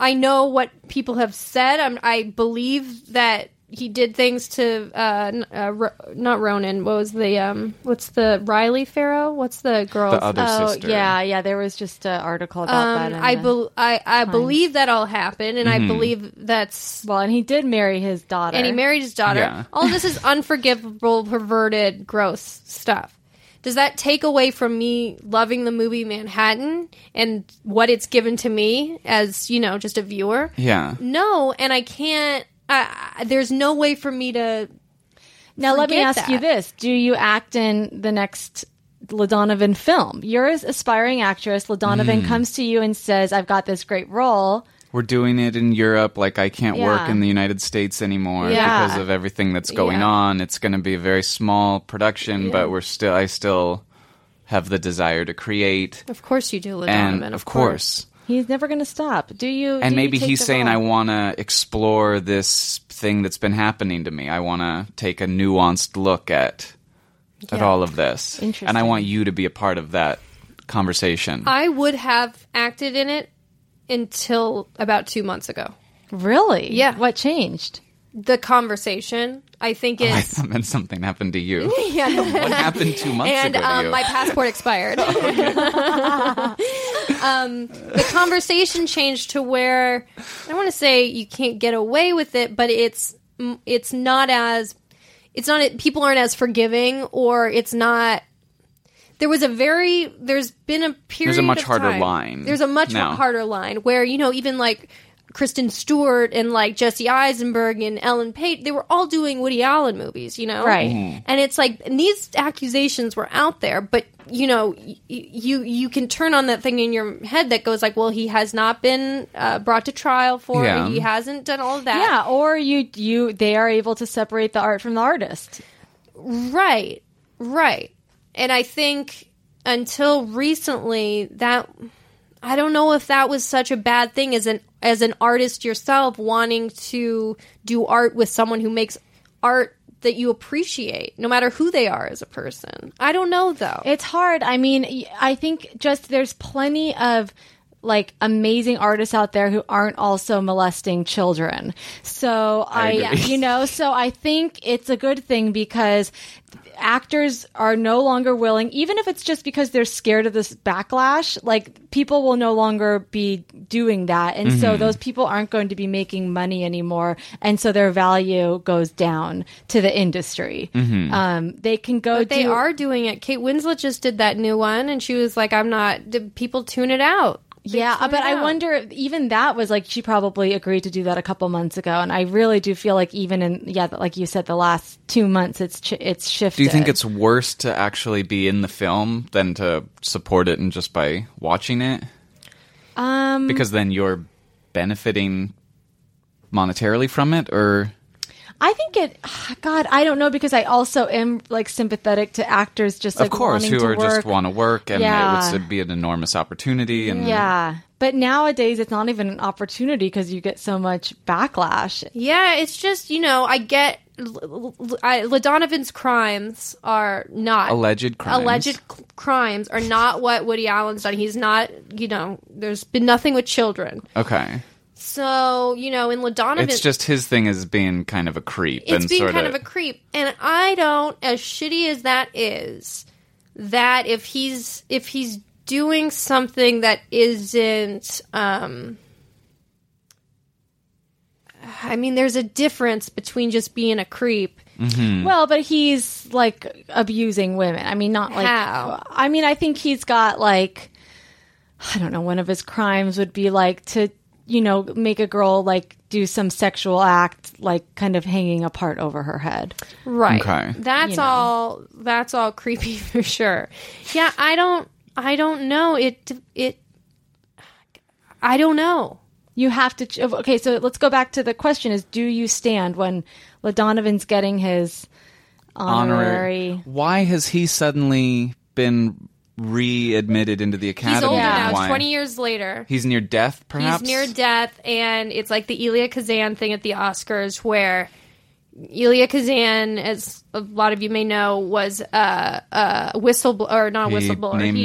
I know what people have said. I'm, I believe that he did things to uh, n- uh Ro- not Ronan. What was the um? What's the Riley Farrow? What's the girl?
the other
oh,
sister.
yeah, yeah. There was just an article about that.
um,
in
I,
the-
bel I I believe that all happened,
Mm-hmm.
and I believe that's
well, and he did marry his daughter.
and he married his daughter.
Yeah.
All this
<laughs>
is unforgivable, perverted, gross stuff. Does that take away from me loving the movie Manhattan and what it's given to me as, you know, just a viewer?
Yeah.
No, and I can't I, I- there's no way for me to
Now let me
Forget
ask you
that.
this: Do you act in the next LaDonovan film? You're an aspiring actress. LaDonovan
Hmm.
comes to you and says, "I've got this great role."
We're doing it in Europe. Like I can't work
Yeah.
in the United States anymore
Yeah.
because of everything that's going
Yeah.
on. It's going to be a very small production, but we're still. I still have the desire to create,
Of course you do, LaDonovan.
and of course.
He's never going to stop. Do you? do
and
you
maybe
take
he's
the
saying
role?
i want to explore this thing that's been happening to me i want to take a nuanced look at at all of this and i
Interesting.
want you to be a part of that conversation
I would have acted in it until about 2 months ago.
Really?
Yeah.
What changed?
The conversation, I think
<laughs> Oh,
<laughs>
I
it's.
thought meant something happened to
<laughs>
you.
yeah, no,
What happened two months
and
ago to
um,
you?
my passport
<laughs>
expired. <laughs> um, the conversation changed to where I want to say you can't get away with it, but it's mm, it's not as it's not people aren't as forgiving, or it's not. There was a very there's been a period.
much
of
harder
time-
line
There's a much
now.
harder line where you know even like. Kristen Stewart and like Jesse Eisenberg and Ellen Page, they were all doing Woody Allen movies, you know?
Right.
and it's like and these accusations were out there but you know y- you you can turn on that thing in your head that goes like well he has not been uh, brought to trial for it,
Yeah.
he hasn't done all of
Yeah,
that
or you you they are able to separate the art from the artist.
right right and i think until recently that i don't know if that was such a bad thing as an as an artist yourself wanting to do art with someone who makes art that you appreciate no matter who they are as a person i don't know though
It's hard. I mean, y- I think just there's plenty of like amazing artists out there who aren't also molesting children. So I, you know, so I think it's a good thing because actors are no longer willing even if it's just because they're scared of this backlash like people will no longer be doing that and so those people aren't going to be making money anymore and so their value goes down to the industry um, they can go
But they
do-
are doing it. Kate Winslet just did that new one, and she was like, "I'm not." Did people tune it out?
Yeah,
tune
but
it
I
out.
wonder if even that was like she probably agreed to do that a couple months ago, and I really do feel like even in yeah, like you said, the last two months it's ch- it's shifted.
Do you think it's worse to actually be in the film than to support it and just by watching it? Um, because then you're benefiting monetarily from it, or
I think it. <sighs> God, I don't know because I also am like sympathetic to actors, just like
of course,
wanting
who
to
are
work.
just want to work, and
Yeah.
it would be an enormous opportunity. And
Yeah, but nowadays it's not even an opportunity because you get so much backlash.
Yeah, it's just you know, I get. L- L- I, LaDonovan's crimes are not
Alleged crimes.
Alleged c- crimes are not what Woody Allen's done. He's not. You know, there's been nothing with children.
okay,
So you know, in LaDonovan,
it's just his thing is being kind of a creep
it's
and
being
sort
kind of a creep and i don't as shitty as that is that if he's if he's doing something that isn't um i mean there's a difference between just being a creep
Well, but he's like abusing women. I mean, not like.
How?
I mean, I think he's got like, I don't know. One of his crimes would be like to, you know, make a girl like do some sexual act, like kind of hanging a part over her head.
right
Okay.
that's all that's all creepy <laughs> for sure yeah i don't i don't know it it i don't know
You have to. Ch- okay, so let's go back to the question: Is do you stand when LaDonovan's getting his honorary?
honorary. Why has he suddenly been readmitted into the academy?
he's older
and
now
why?
twenty years later
He's near death, perhaps.
He's near death, and it's like the Elia Kazan thing at the Oscars, where Elia Kazan, as a lot of you may know, was uh, a whistleblower, or not a
He
whistleblower.
named
he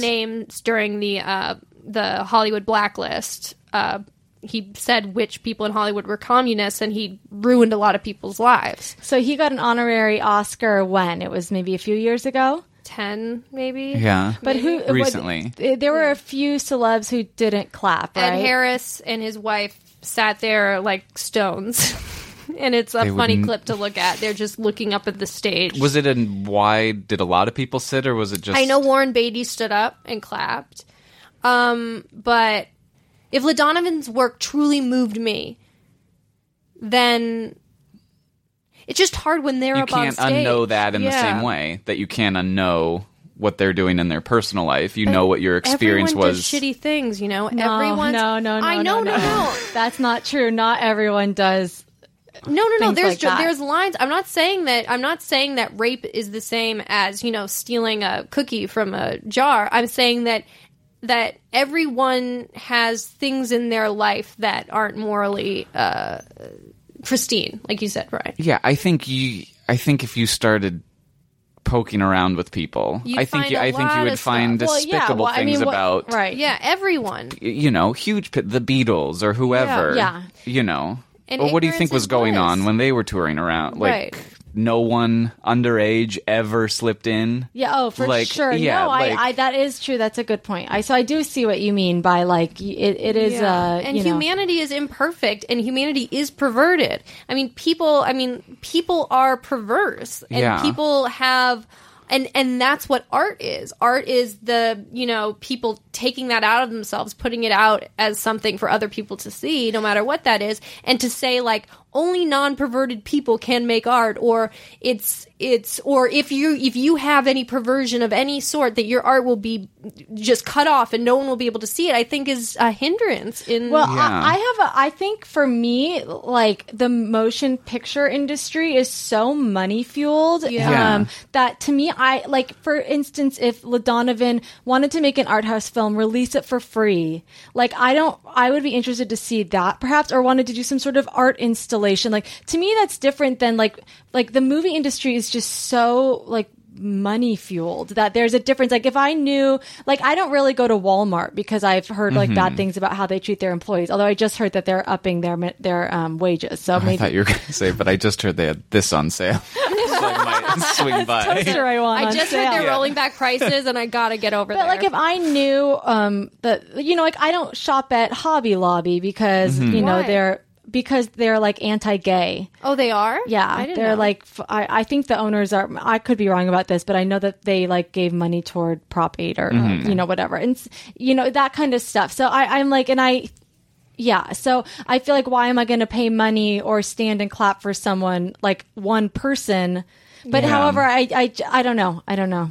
named names during the uh, the Hollywood blacklist. Uh, he said which people in Hollywood were communists, and he ruined a lot of people's lives.
So he got an honorary Oscar when it was maybe a few years ago.
Ten, maybe.
Yeah,
But who was-
Recently.
th- there were a few celebs who didn't clap. Right?
Ed Harris and his wife sat there like stones. <laughs> and it's a
They
funny
wouldn't-
clip to look at. They're just looking up at the stage.
Was it in why did a lot of people sit, or was it just?
I know Warren Beatty stood up and clapped. Um, but if LaDonovan's work truly moved me, then it's just hard when they're
you
up on
can't
stage.
unknow that in the
Yeah.
same way that you can't unknow what they're doing in their personal life. You know what your experience
Everyone
was.
Does shitty things, you know.
No,
Everyone's
no, no, no.
I know,
no, no, <laughs>
no.
That's not true. Not everyone does.
No, no, no.
things
There's
like
ju-
that.
there's lines. I'm not saying that. I'm not saying that rape is the same as you know stealing a cookie from a jar. I'm saying that that everyone has things in their life that aren't morally uh, pristine, like you said, right?
yeah, I think you. I think if you started poking around with people.
You'd
I think
find
you,
a
I think you
lot
would
of
find
stuff.
Well, yeah,
despicable
well, I
things
mean, what-
about
right.
Yeah, everyone.
y- you know, huge pit, the Beatles or whoever.
Yeah.
You know.
And
Well, what do you
ignorance
think was
is
going
bliss.
on when they were touring around? Like
Right.
no one underage ever slipped in.
Yeah, oh, for
Like,
sure.
yeah,
no,
like-
I, I that is true. That's a good point. I so I do see what you mean by like y- it, it is uh
and
you know,
humanity is imperfect and humanity is perverted i mean people i mean people are perverse and
Yeah.
people have and and that's what art is art is the you know people taking that out of themselves putting it out as something for other people to see no matter what that is and to say like only non-perverted people can make art or it's it's or if you if you have any perversion of any sort that your art will be just cut off and no one will be able to see it i think is a hindrance in
Well,
Yeah.
I, I have a. I think for me, like the motion picture industry is so money fueled.
Yeah.
Um, that to me, I like. For instance, if LaDonovan wanted to make an art house film, release it for free. Like I don't. I would be interested to see that perhaps, or wanted to do some sort of art installation. Like to me, that's different than like like the movie industry is just so like money fueled that there's a difference like if i knew like i don't really go to walmart because i've heard like
Mm-hmm.
bad things about how they treat their employees although i just heard that they're upping their mi- their um wages so
I
maybe
thought you were going to say, but I just heard they had this on
<laughs>
sale. so I might swing by.
Sure, I want
i
on
just
sale.
heard they're rolling back prices and i gotta get over
But
there
like if I knew um that you know like I don't shop at Hobby Lobby because
Mm-hmm.
you know
Why?
they're because they're like anti-gay.
oh they are
Yeah,
I didn't
they're
know.
like f- I, I think the owners are. I could be wrong about this, but I know that they like gave money toward Prop Eight or
Mm-hmm.
you know whatever, and s- you know that kind of stuff. So I, I'm like, and I, yeah. So I feel like why am I going to pay money or stand and clap for someone like one person? But
Yeah.
however, I, I I don't know. I don't know.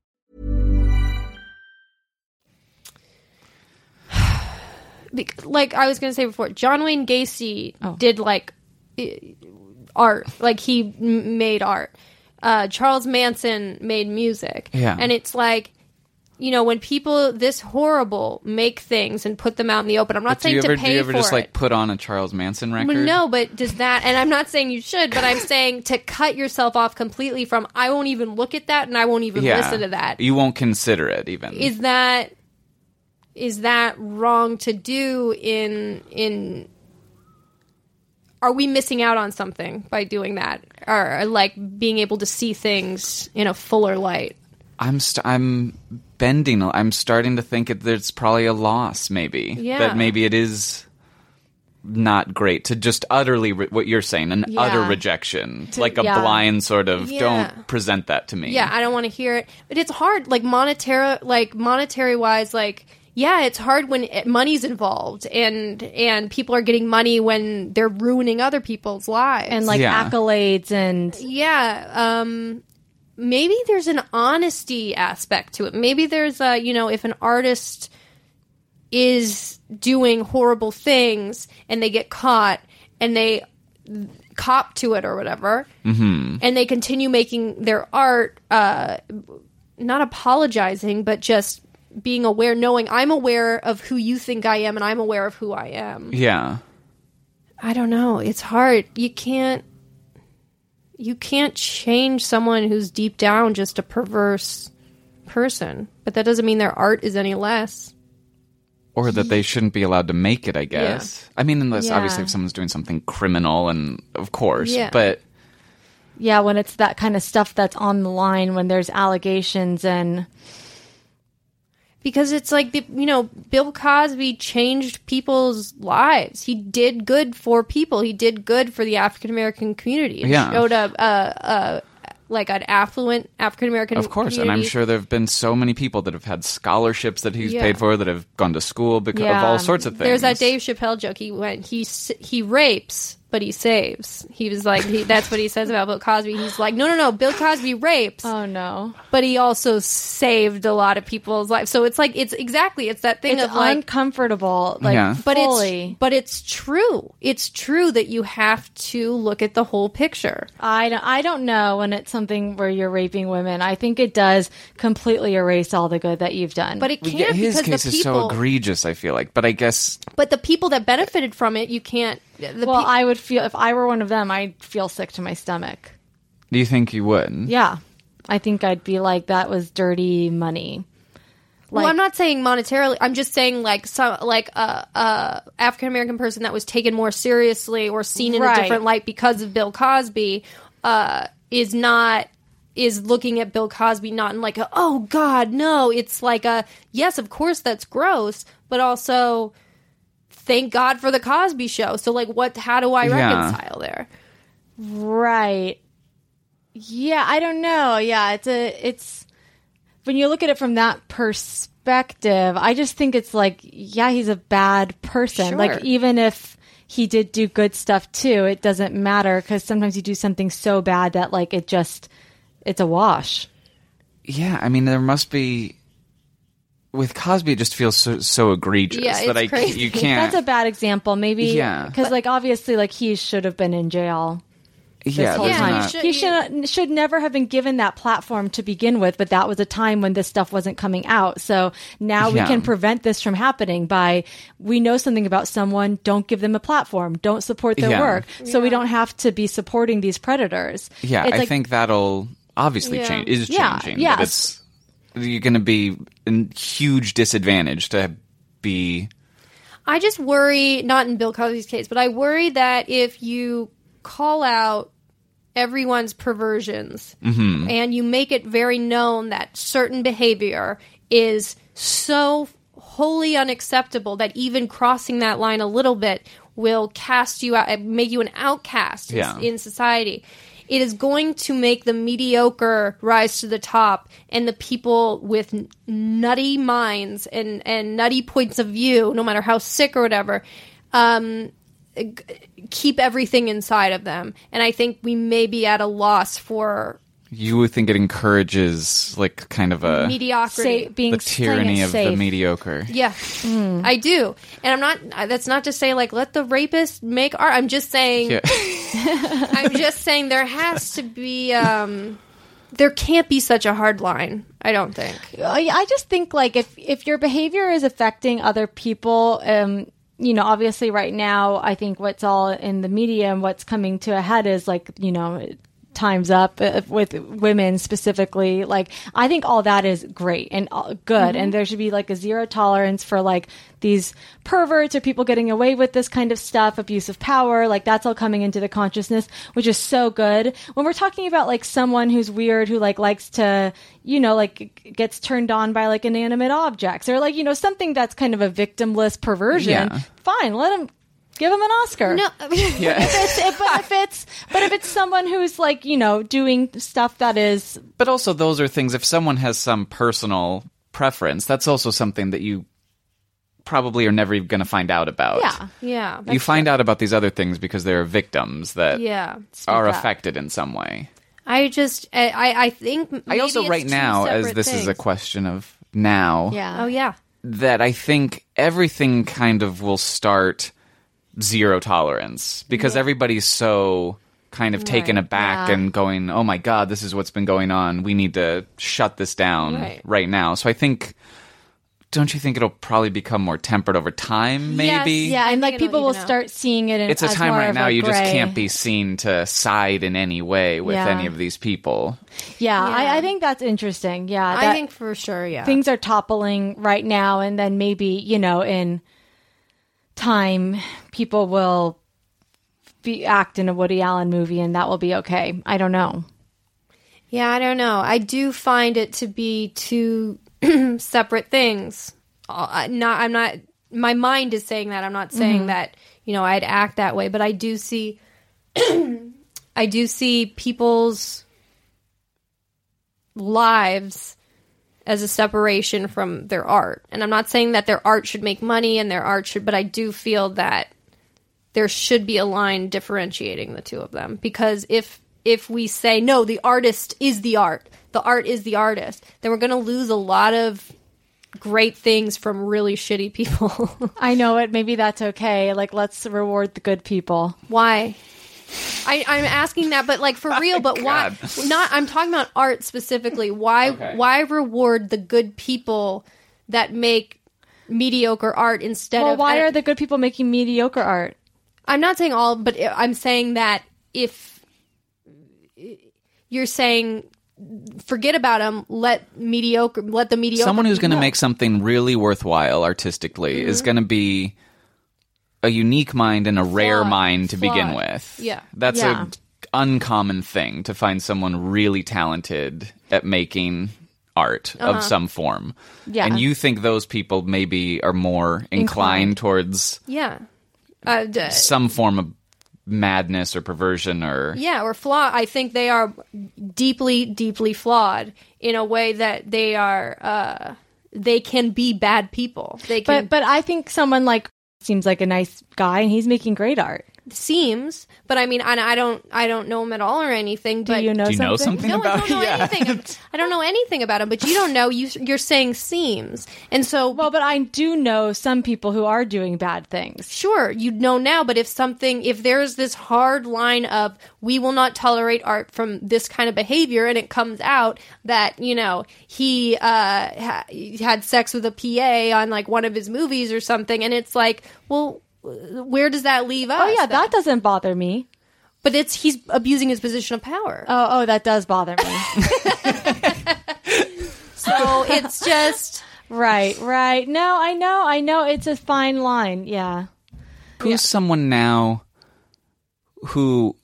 bec- like I was going to say before, John Wayne Gacy
Oh.
did like i- art, like he m- made art. Uh, Charles Manson made music,
Yeah.
and it's like. You know, when people this horrible make things and put them out in the open, I'm not
do
saying
you ever,
to
do
pay
you ever
for
just
it.
like put on a Charles Manson record?
Well, no, but does that? And I'm not saying you should,
<laughs>
but I'm saying to cut yourself off completely from. I won't even look at that, and I won't even
Yeah.
listen to that.
You won't consider it even.
is that is that wrong to do in in are we missing out on something by doing that or like being able to see things in a fuller light
I'm st- I'm bending. I'm starting to think it, there's probably a loss. Maybe
Yeah.
that maybe it is not great to just utterly re- what you're saying an utter
Yeah.
rejection, like a
yeah.
blind sort of
Yeah.
don't present that to me.
yeah i don't want to hear it but it's hard like monetary like monetary wise like yeah it's hard when it, money's involved and and people are getting money when they're ruining other people's lives
And like
Yeah.
accolades and
yeah um maybe there's an honesty aspect to it maybe there's a you know if an artist is doing horrible things and they get caught and they cop to it or whatever and they continue making their art uh not apologizing but just being aware knowing i'm aware of who you think i am and i'm aware of who i am
yeah.
I don't know. It's hard. You can't you can't change someone who's deep down just a perverse person. But that doesn't mean their art is any less.
Or that they shouldn't be allowed to make it. I guess. I mean, unless
Yeah.
obviously if someone's doing something criminal, and of course,
Yeah.
but
yeah, when it's that kind of stuff that's on the line when there's allegations and
Because it's like the, you know, Bill Cosby changed people's lives. He did good for people. He did good for the African American community. It
Yeah.
showed a, a, a like an affluent African American.
Of course, and I'm sure there have been so many people that have had scholarships that he's
Yeah.
paid for, that have gone to school because of
Yeah.
all sorts of things.
There's that Dave Chappelle joke. He went. He s- he rapes but he saves. He was like, he, that's what he says about Bill Cosby. He's like, no, no, no, Bill Cosby rapes,
Oh no.
but he also saved a lot of people's lives. So it's like, it's exactly, it's that thing
It's
of like,
uncomfortable. Like
Yeah.
but
fully.
it's but it's true. It's true that you have to look at the whole picture.
I don't, I don't know when it's something where you're raping women. I think it does completely erase all the good that you've done.
But it can't
Yeah, his
because
case
the
is so
people
egregious. I feel like, but I guess
but the people that benefited from it, you can't the
well,
pe-
I would feel if I were one of them, I'd feel sick to my stomach.
do you think you would?
Yeah, I think I'd be like, that was dirty money.
well, I'm not saying monetarily. I'm just saying like some like a uh, uh, African American person that was taken more seriously or seen in
Right.
a different light because of Bill Cosby uh, is not is looking at Bill Cosby not in like a oh god no. It's like a yes, of course that's gross, but also thank God for the Cosby Show. So like, what? How do I
Yeah.
reconcile there?
Right. Yeah, I don't know. Yeah, it's a it's when you look at it from that perspective, I just think it's like, yeah, he's a bad person.
Sure.
Like even if he did do good stuff too, it doesn't matter cuz sometimes you do something so bad that like it just it's a wash.
Yeah, I mean, there must be. With Cosby, it just feels so, so egregious
Yeah, it's
that I
crazy.
you can't.
That's a bad example. Maybe
Yeah.
cuz like obviously like he should have been in jail.
yeah,
whole
there's
time.
not-
should-
He should should never have been given that platform to begin with, but that was a time when this stuff wasn't coming out. So now we
Yeah.
can prevent this from happening by we know something about someone, don't give them a platform, don't support their
Yeah.
work, so we don't have to be supporting these predators.
Yeah,
It's
I
like-
think that'll obviously
Yeah.
change. Is
Yeah,
changing.
yeah.
But it's you're going to be in huge disadvantage to be.
I just worry, not in Bill Cosby's case, but I worry that if you call out everyone's perversions and you make it very known that certain behavior is so wholly unacceptable that even crossing that line a little bit will cast you out, make you an outcast in-
Yeah.
in society. It is going to make the mediocre rise to the top and the people with n- nutty minds and, and nutty points of view, no matter how sick or whatever, um, g- keep everything inside of them. And I think we may be at a loss for
You would think it encourages like kind of a
mediocrity.
sa- being
the
playing
tyranny
it
of the
safe.
mediocre.
Yeah,
Hmm.
I do, and I'm not. I- That's not to say like let the rapist make art. I'm just saying.
Yeah. <laughs>
I'm just saying there has to be. um There can't be such a hard line. I don't think.
I I just think like if if your behavior is affecting other people, um, you know, obviously right now, I think what's all in the media and what's coming to a head is like you know. Times up uh, with women specifically. Like, I think all that is great and all- good. And there should be like a zero tolerance for like these perverts or people getting away with this kind of stuff, abuse of power. Like, that's all coming into the consciousness, which is so good. When we're talking about like someone who's weird, who like likes to, you know, like g- gets turned on by like inanimate objects or like, you know, something that's kind of a victimless perversion,
Yeah.
fine, let him give him an Oscar. <laughs>
No,
If it's, if, but if it's but if it's someone who's like you know doing stuff that is
But also, those are things. If someone has some personal preference, that's also something that you probably are never going to find out about.
yeah
yeah,
you find out about these other things because there are victims that
yeah.
are
up.
affected in some way.
I just. I. I, I think.
I
maybe
also
it's
right
two
now, as
separate
this is a
things.
question of now,
yeah
Oh yeah.
that I think everything kind of will start zero tolerance because everybody's so kind of taken aback and going, "Oh my god, this is what's been going on. We need to shut this down
Right.
right, now." So I think don't you think it'll probably become more tempered over time
Yes,
maybe?
yeah and
I
like
think it'll
people will
even out.
start seeing it in
It's a
as
time
more
right
of
now
a
you just
gray.
can't be seen to side in any way with
Yeah.
any of these people.
yeah,
Yeah.
I, I think that's interesting yeah
I
that-
think for sure. Yeah.
things are toppling right now and then maybe you know in time people will be act in a Woody Allen movie and that will be okay I don't know
Yeah, I don't know. I do find it to be two <clears throat> separate things. Uh, I- Not, I'm not. My mind is saying that. I'm not saying that you know I'd act that way, but I do see, <clears throat> I do see people's lives as a separation from their art. And I'm not saying that their art should make money and their art should, but I do feel that there should be a line differentiating the two of them because if if we say no, the artist is the art, the art is the artist, then we're going to lose a lot of great things from really shitty people. <laughs>
I know it. Maybe that's okay. Like, let's reward the good people.
Why? I, I'm asking that, but like for real. But why? <laughs>
God.
Not. I'm talking about art specifically. Why?
Okay.
Why reward the good people that make mediocre art instead
Well,
of?
why are the good people making mediocre art?
I'm not saying all, but I- I'm saying that if you're saying forget about them, let mediocre, let the mediocre.
Someone who's going to
no.
make something really worthwhile artistically is going to be a unique mind and a rare
Flawed.
mind to begin
Flawed.
with.
Yeah.
That's
Yeah.
a uncommon thing to find someone really talented at making art of some form.
Yeah.
And you think those people maybe are more inclined, towards
yeah, uh, d-
some form of madness or perversion or
yeah, or flaw. I think they are deeply, deeply flawed in a way that they are. Uh, they can be bad people. They can
But but I think someone like seems like a nice guy, and he's making great art.
seems, but I mean, I, I don't, I don't know him at all or anything.
Do
but
you know
Do you
something?
know something
No, I
about
don't
<laughs>
know anything. I'm- I don't know anything about him, but you don't know. You, you're saying seems, and so
Well, but I do know some people who are doing bad things.
sure you know now. But if something, if there's this hard line of we will not tolerate art from this kind of behavior, and it comes out that you know he uh, ha- had sex with a PA on like one of his movies or something, and it's like, well, where does that leave us?
Oh yeah,
then?
that doesn't bother me.
But it's he's abusing his position of power.
Oh oh, that does bother
<laughs>
me.
So it's just
right right. No, I know I know. It's a fine line. Yeah.
who's someone now who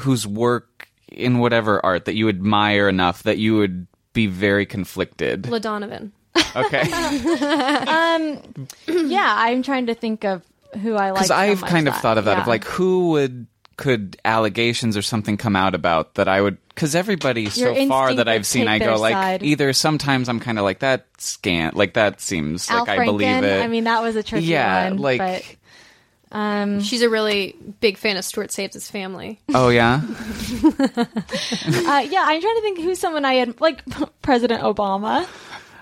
whose work in whatever art that you admire enough that you would be very conflicted
LaDonovan.
<laughs>
okay
Yeah, I'm trying to think of who I like.
because
so
i've
much
kind of thought of that
yeah.
of like who would could allegations or something come out about that i would because everybody so far
instinct
that i've
would
seen
take
i go
their
like
side.
either sometimes i'm kind of like that scant like that seems
Al
like i believe
Franken.
it
I mean, that was a tricky
yeah
one.
like
but, um,
She's a really big fan of Stuart Saves His Family.
oh yeah
uh, yeah, I'm trying to think who's someone I had like <laughs> President Obama.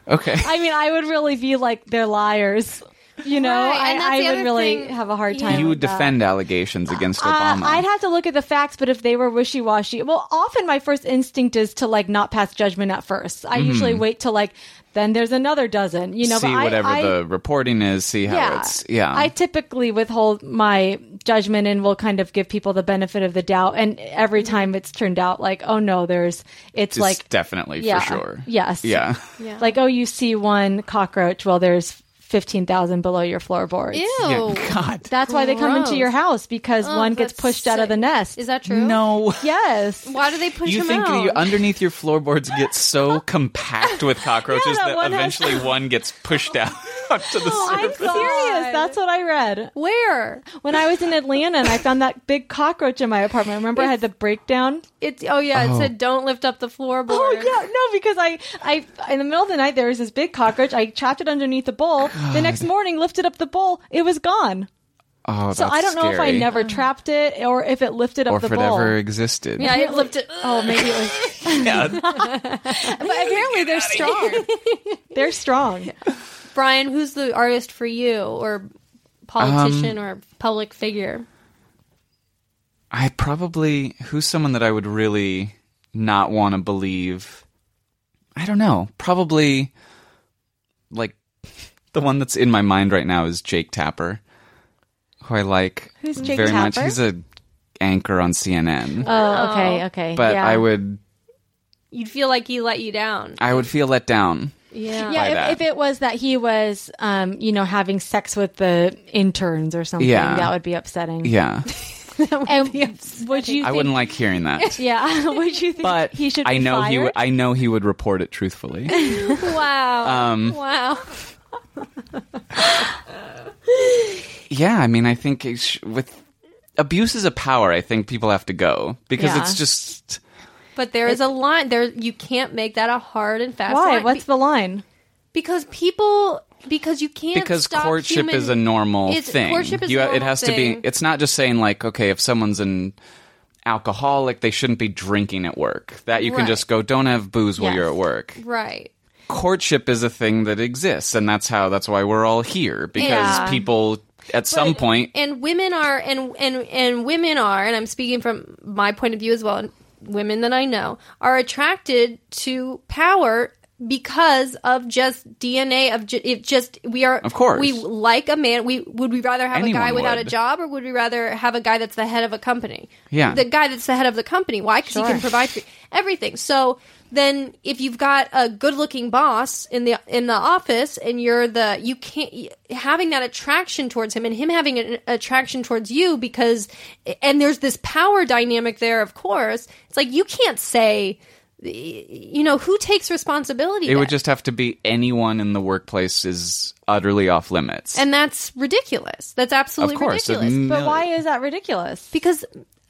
okay
<laughs> I mean, I would really be like they're liars. You know,
Right, and that's
I,
the
I
other
would really
thing.
have a hard time.
you
with
would
that.
defend allegations against obama
Uh, I'd have to look at the facts, but if they were wishy washy, well, often my first instinct is to like not pass judgment at first. I usually wait till like then there's another dozen, you know.
Mm-hmm. see
but I-
whatever
I,
the reporting is, see how it's yeah.
I typically withhold my judgment and will kind of give people the benefit of the doubt. And every
Mm-hmm.
time it's turned out like, oh no, there's it's
Just
like
definitely
yeah,
for sure.
yes.
Yeah.
like oh you see one cockroach, well there's fifteen thousand below your floorboards.
Ew.
Oh,
<laughs> God.
That's why they come into
Gross. Oh,
your house because one gets
that's
pushed out of the
sick.
nest.
Is that true?
No.
yes?
Why do they push
You
him
think
out?
you, underneath your floorboards
<laughs>
get so compact with cockroaches
Yeah, that
that,
one has- <laughs> Oh,
eventually one gets pushed out <laughs> to the
I'm
surface.
serious. That's what I read
Where?
when I was in Atlanta, and I found that big cockroach in my apartment. Remember, I had the breakdown.
It's oh yeah, it said don't lift up the floorboard.
Oh yeah, no, because I, I, in the middle of the night there was this big cockroach. I trapped it underneath the bowl. The next morning, lifted up the bowl, it was gone.
Oh,
So I
that's
don't know if I
scary.
never trapped it or if it lifted up
or if
the
it
bowl.
ever existed.
Yeah, it lifted.
<laughs> Oh, maybe it
<laughs>
was.
Yeah.
but apparently they're strong. they're <laughs> strong.
Brian, who's the artist for you, or
Um,
politician, or public figure?
I probably who's someone that I would really not want to believe. I don't know. Probably like the one that's in my mind right now is Jake Tapper, who I like
Who's Jake
very much.
Tapper?
He's a anchor on CNN,
Oh, okay, okay.
but I would
You'd feel like he let you down.
I would feel let down.
Yeah.
by
Yeah,
that.
if, if it was that he was, um, you know, having sex with the interns or something,
Yeah.
that would be upsetting. <laughs>
Yeah,
And would you? Think, <laughs>
I wouldn't like hearing that.
Yeah, <laughs> would you think
But
he should?
I
be
know
fired?
he. Would, I know he would report it
<laughs>
truthfully.
Wow.
Um,
wow.
Yeah, I mean, I think it sh- with abuses of power, I think people have to go because
Yeah.
it's just
But there is a line there. You can't make that a hard and fast.
Why?
line.
What's the line?
because people because you can't
because
stop
courtship
human-
is a normal
It's-
thing.
Courtship is
You-
a normal
it has to
thing.
be. It's not just saying like, okay, if someone's an alcoholic, they shouldn't be drinking at work. That you can
Right.
just go, don't have booze while
Yes.
you're at work.
right.
Courtship is a thing that exists, and that's how. That's why we're all here because
Yeah.
people at some point.
and women are and and and women are and i'm speaking from my point of view as well and women that i know are attracted to power because of just dna of ju- it just we are
Of course.
we like a man we would we rather have
Anyone
a guy without a
would.
job or would we rather have a guy that's the head of a company
Yeah.
the guy that's the head of the company why because he can provide for everything so then if you've got a good looking boss in the in the office and you're the you can't having that attraction towards him and him having an attraction towards you because and there's this power dynamic there of course it's like you can't say you know who takes responsibility
It would
then?
just have to be anyone in the workplace is utterly off limits.
and that's ridiculous that's
of
absolutely
course, a
ridiculous
But
million-
why is that ridiculous?
because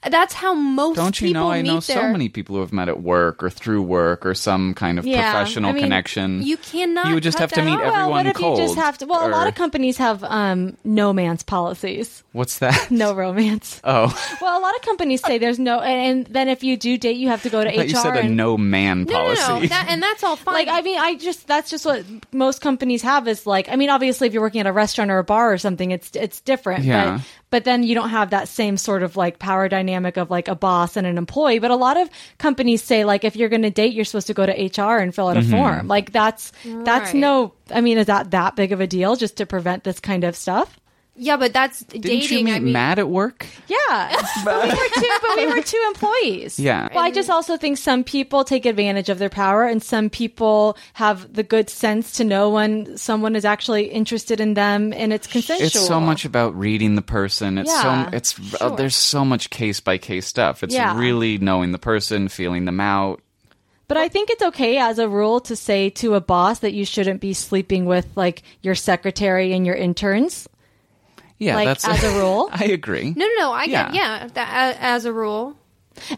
that's how most
Don't you
people
know? I
meet
know
their,
so many people who have met at work or through work or some kind of
Yeah,
professional
I mean,
connection.
you cannot
You would just
cut
have to
that
meet
out.
everyone
well, what if
cold.
you just have to? Well, a lot
or-
of companies have um, no man's policies,
What's
<laughs>
that?
no romance.
Oh,
Well, a lot of companies say there's no, and, and then if you do date, you have to go to
I thought
HR.
you said a
and,
no man
no, no,
policy.
no, that, and that's all fine.
like I mean, I just that's just what most companies have is like. I mean, obviously, if you're working at a restaurant or a bar or something, it's it's different.
Yeah.
But but then you don't have that same sort of like power dynamic of like a boss and an employee. But a lot of companies say like if you're going to date, you're supposed to go to HR and fill out a form. Like that's that's
Right.
no. I mean, is that that big of a deal just to prevent this kind of stuff?
yeah, but that's
<laughs> Didn't
dating.
you meet
I mean,
Matt at work?
Yeah, but we were two. But we
<laughs>
were two employees.
Yeah.
Well, I just also think some people take advantage of their power, and some people have the good sense to know when someone is actually interested in them, and it's consensual.
It's so much about reading the person. It's
Yeah,
so it's uh, there's so much case by case stuff. It's
Yeah.
really knowing the person, feeling them out.
But I think it's okay as a rule to say to a boss that you shouldn't be sleeping with like your secretary and your interns.
Yeah,
Like,
that's
as a
<laughs>
rule?
I agree.
no, no, no. I get
Yeah.
yeah. that, a- as a rule,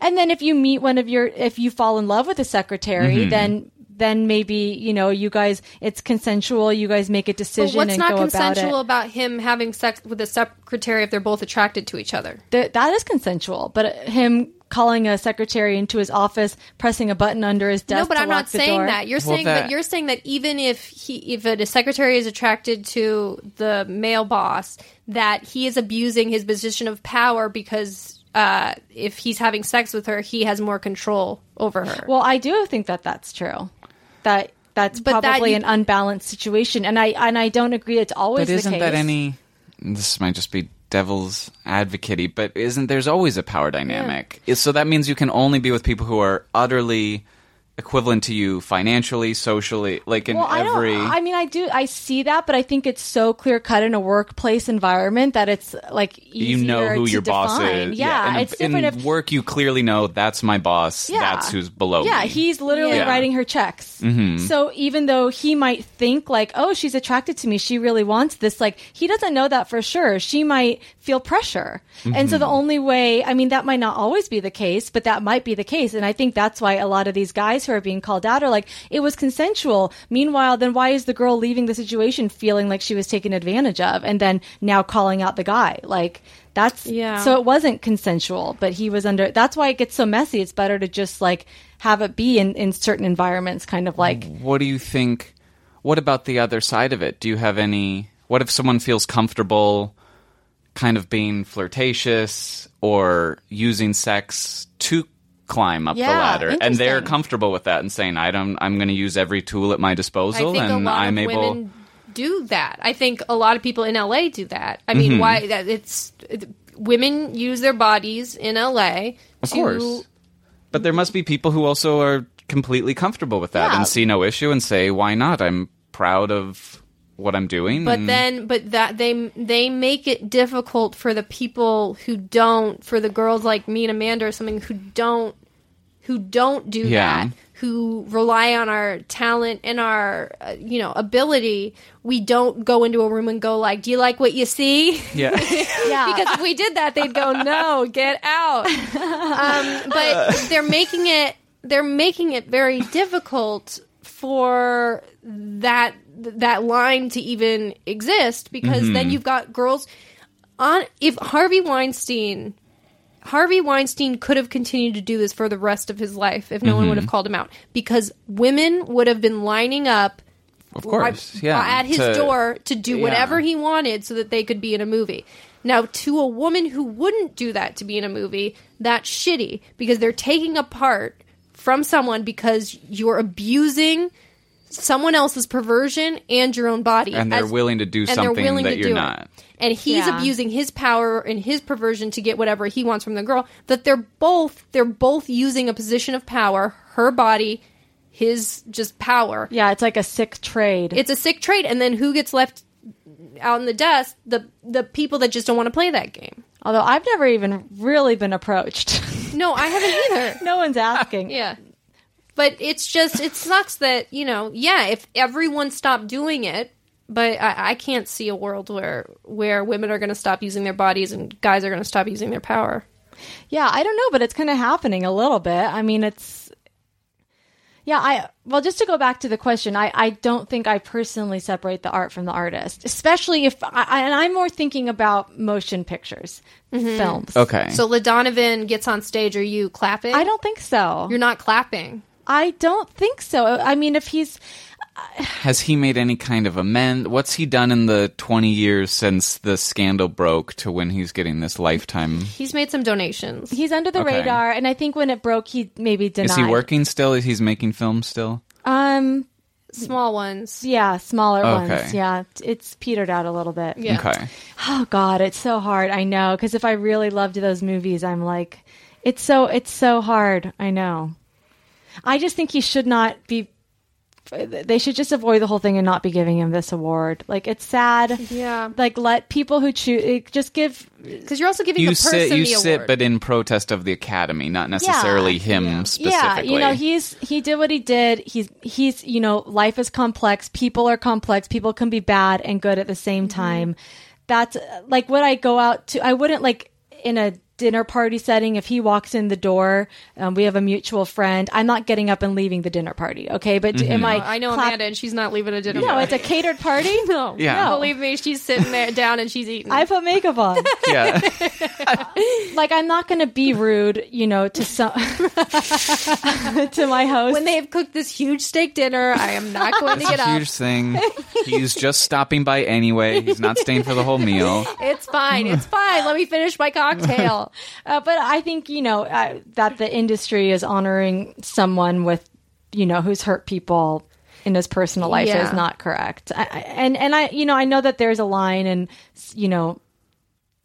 And then if you meet one of your, if you fall in love with a secretary,
Mm-hmm.
then then maybe you know you guys it's consensual. You guys make a
but
decision.
what's
and
not
go about it.
consensual about, him having sex with a secretary if they're both attracted to each other?
Th- that is consensual. But uh, him calling a secretary into his office, pressing a button under his desk.
no, but
to
I'm
lock
not
the
saying
door.
that. You're
Well,
saying
that-
that you're saying that even if he, if a secretary is attracted to the male boss, that he is abusing his position of power because uh, if he's having sex with her, he has more control over her.
Well, I do think that that's true. That that's
But that
probably
you-
an unbalanced situation, and I and I don't agree. It's always
But isn't
the case.
that any? This might just be devil's advocate but isn't there's always a power dynamic? Is- So that means you can only be with people who are utterly equivalent to you financially, socially, like in
Well, I
every.
don't. I mean, I do. I see that, but I think it's so clear cut in a workplace environment that it's like
you know
easier
who
to
your boss
define.
is.
Yeah,
in a-
it's different
in
if
work you clearly know that's my boss. That's who's below
yeah,
me.
he's literally
Yeah. Mm-hmm.
writing her checks. So even though he might think like, "Oh, she's attracted to me. She really wants this." Like, he doesn't know that for sure. She might feel pressure. And so
Mm-hmm.
the only way, I mean, that might not always be the case, but that might be the case. And I think that's why a lot of these guys who are being called out are like, "It was consensual." Meanwhile, then why is the girl leaving the situation feeling like she was taken advantage of and then now calling out the guy? Like, that's
Yeah.
So it wasn't consensual, but he was under. That's why it gets so messy. It's better to just like have it be in in certain environments, kind of like.
What do you think? What about the other side of it? Do you have any? What if someone feels comfortable, kind of being flirtatious or using sex to climb up the
Yeah,
ladder, and they're
interesting.
comfortable with that and saying, "I don't. I'm going to use every tool at my disposal,
I think
and
a lot
I'm
of
able."
women do that. I think a lot of people in LA do that. I
Mm-hmm.
mean, why that it's it- women use their bodies in LA
Of
to
course. But there must be people who also are completely comfortable with that
Yeah.
and see no issue and say, "Why not? I'm proud of what I'm doing."
but
and-
<laughs> then but that they they make it difficult for the people who don't for the girls like me and Amanda or something who don't who don't do
Yeah.
that who rely on our talent and our uh, you know ability we don't go into a room and go like do you like what you see <laughs>
yeah.
Yeah.
because if we did that, they'd go, "No, get out." Um, but they're making it they're making it very difficult for that th- that line to even exist because then you've got girls on if Harvey Weinstein Harvey Weinstein could have continued to do this for the rest of his life if no one would have called him out because women would have been lining up
Of course,
at-
yeah,
at his
to-
door to do
yeah.
whatever he wanted so that they could be in a movie. Now, to a woman who wouldn't do that to be in a movie, that's shitty because they're taking a part from someone because you're abusing someone else's perversion and your own body.
And they're willing to do
and they're
something
willing
that
to
you're
do it.
not.
And he's
Yeah.
abusing his power and his perversion to get whatever he wants from the girl. That they're both they're both using a position of power, her body, his just power.
Yeah, it's like a sick trade.
It's a sick trait, and then who gets left out in the dust? The the people that just don't want to play that game.
Although I've never even really been approached. <laughs>
No, I haven't either.
no one's asking.
<laughs> Yeah. But it's just it sucks that, you know, yeah, if everyone stopped doing it, but I, I can't see a world where where women are gonna stop using their bodies and guys are gonna stop using their power.
Yeah, I don't know, but it's kind of happening a little bit. I mean, it's yeah. I well, just to go back to the question, I I don't think I personally separate the art from the artist, especially if I, I- and I'm more thinking about motion pictures, films.
Okay.
So LaDonovan gets on stage, are you clapping?
I don't think so.
You're not clapping.
I don't think so. I mean, if he's
Has he made any kind of amend? What's he done in the 20 years since the scandal broke to when he's getting this lifetime?
He's made some donations.
he's under the
Okay.
radar, and I think when it broke, he maybe denied.
Is he working still? Is he's making films still?
Um,
Small ones.
yeah, smaller
Okay.
ones. Yeah, it's petered out a little bit.
Yeah.
Okay.
Oh God, it's so hard. I know because if I really loved those movies, I'm like, it's so it's so hard. I know. I just think he should not be. They should just avoid the whole thing and not be giving him this award. Like it's sad.
Yeah.
Like let people who choose just give.
Because you're also giving
You
the person
sit, you
the
sit,
award.
but in protest of the Academy, not necessarily him
Yeah,
specifically.
you know he's he did what he did. He's he's you know life is complex. People are complex. People can be bad and good at the
Mm-hmm.
same time. That's uh, like what I go out to. I wouldn't like in a dinner party setting if he walks in the door. Um, we have a mutual friend. I'm not getting up and leaving the dinner party. Okay, but do-
Mm-hmm.
am I?
I know
clap-
Amanda and she's not leaving a dinner.
No,
party.
it's a catered
<laughs>
party. no,
Yeah.
no.
Believe me, she's sitting there down and she's eating.
I put makeup
<laughs>
on.
yeah.
like I'm not going to be rude, you know, to
<laughs>
some <laughs> to my host.
when they have cooked this huge steak dinner, I am not going to
It's
get
a
up.
huge thing. He's just stopping by anyway. He's not staying for the
<laughs>
whole meal.
It's fine. It's fine. Let me finish my cocktail.
Uh, but I think you know uh, that the industry is honoring someone with you know who's hurt people in his personal life
Yeah.
is not correct. I, I- and and I you know I know that there's a line and you know,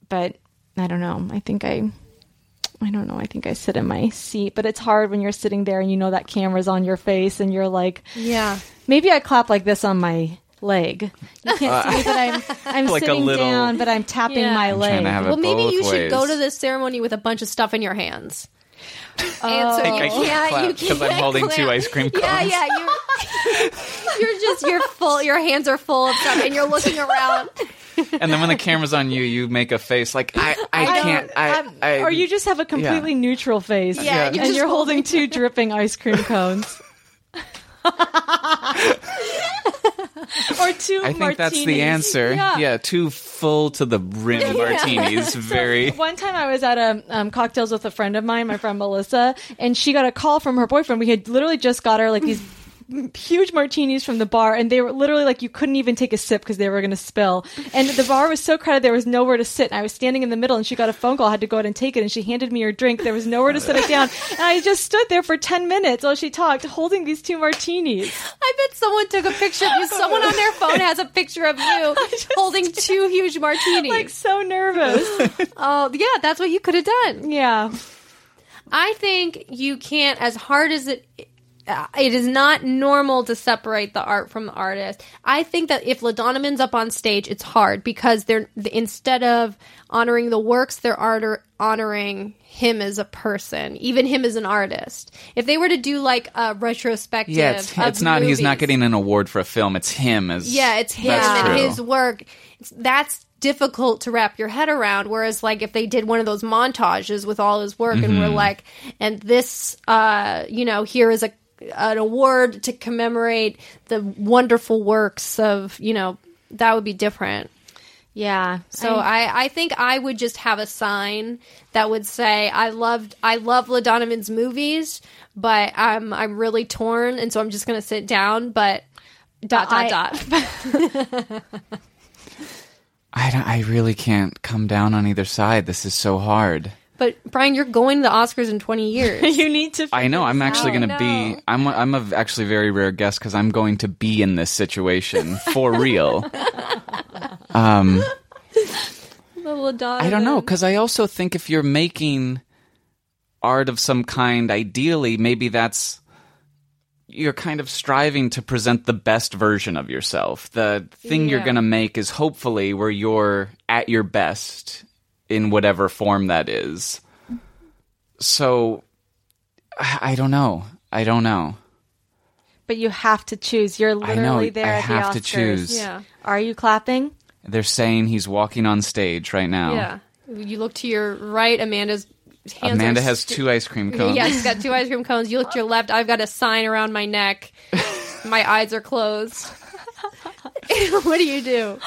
but I don't know. I think I. I don't know. I think I sit in my seat, but it's hard when you're sitting there and you know that camera's on your face and you're like,
<laughs> Yeah.
maybe I clap like this on my leg. You
<laughs>
can't see, but I'm I'm
Like a
sitting
little-
down, but I'm tapping
Yeah.
my
I'm
leg.
trying to have it
Well, maybe
both
you should
ways.
go to this ceremony with a bunch of stuff in your hands. Oh. And so
I
you
can't clap
can't, you
'cause
can't
I'm holding
clap.
two ice cream
Yeah,
cones.
yeah. You're, <laughs> you're just you're full. Your hands are full of stuff, and you're looking <laughs> around.
And then when the camera's on you, you make a face like I, I,
don't-
can't. I,
I'm-
I,
um, or you just have a completely neutral face.
Yeah, Yeah.
and
you
you're,
just hold-
holding <laughs> two dripping ice cream cones. <laughs> or two
I think that's the
martinis.
answer.
Yeah.
too full to
<laughs>
the rim martinis. Very.
One time I was at um um, cocktails with a friend of mine, my friend Melissa, and she got a call from her boyfriend. We had literally just got her like these huge martinis from the bar, and they were literally like you couldn't even take a sip because they were going to spill. And the bar was so crowded, there was nowhere to sit. And I was standing in the middle, and she got a phone call, had to go out and take it, and she handed me her drink. There was nowhere to sit it down, and I just stood there for ten minutes while she talked, holding these two martinis.
I bet someone took a picture of you. Someone on their phone has a picture of <laughs> you holding two huge martinis.
Like so
<laughs>
nervous.
oh, yeah, that's what you could have done.
yeah.
I think you can't, as hard as it, uh, it is not normal to separate the art from the artist. I think that if LaDonovan's up on stage, it's hard because they're instead of honoring the works, they're art- honoring him as a person, even him as an artist. If they were to do like a retrospective,
Yeah, it's,
of
it's not. He's not
movies-
getting an award for a film. It's him as.
yeah, it's him
That's
and
true.
his work. It's, that's difficult to wrap your head around. Whereas, like, if they did one of those
Mm-hmm.
montages with all his work, and we're like, and this, uh, you know, here is a an award to commemorate the wonderful works of you know that would be different.
Yeah.
So I, I think I would just have a sign that would say I loved I love LaDonovan's movies, but I'm I'm really torn and so I'm just gonna sit down, but dot
I-
dot dot.
I, don't- I really can't come down on either side. This is so hard.
but Brian, you're going to the Oscars in twenty
<laughs>
years.
you need to.
I know. I'm actually
Oh,
going to be.
no.
I'm. A, I'm a v- actually very rare guest because I'm going to be in this
<laughs>
situation for real. Um, I don't know
Um,
because I also think if you're making art of some kind, ideally, maybe that's you're kind of striving to present the best version of yourself. The thing you're going to make is hopefully where you're at your best in whatever form that is. So I I don't know. I don't know.
But you have to choose. You're
I
literally
know.
there.
I
at the
have to
Oscars.
choose.
Yeah.
Are you clapping?
They're saying he's walking on stage right now.
Yeah. You look to your right, Amanda's hands
Amanda
are
has
sti-
two ice cream
<laughs>
cones.
Yeah, she's got two ice cream cones. You look to your left, I've got a sign around my
<laughs>
neck. my eyes are closed. <laughs> what do you do?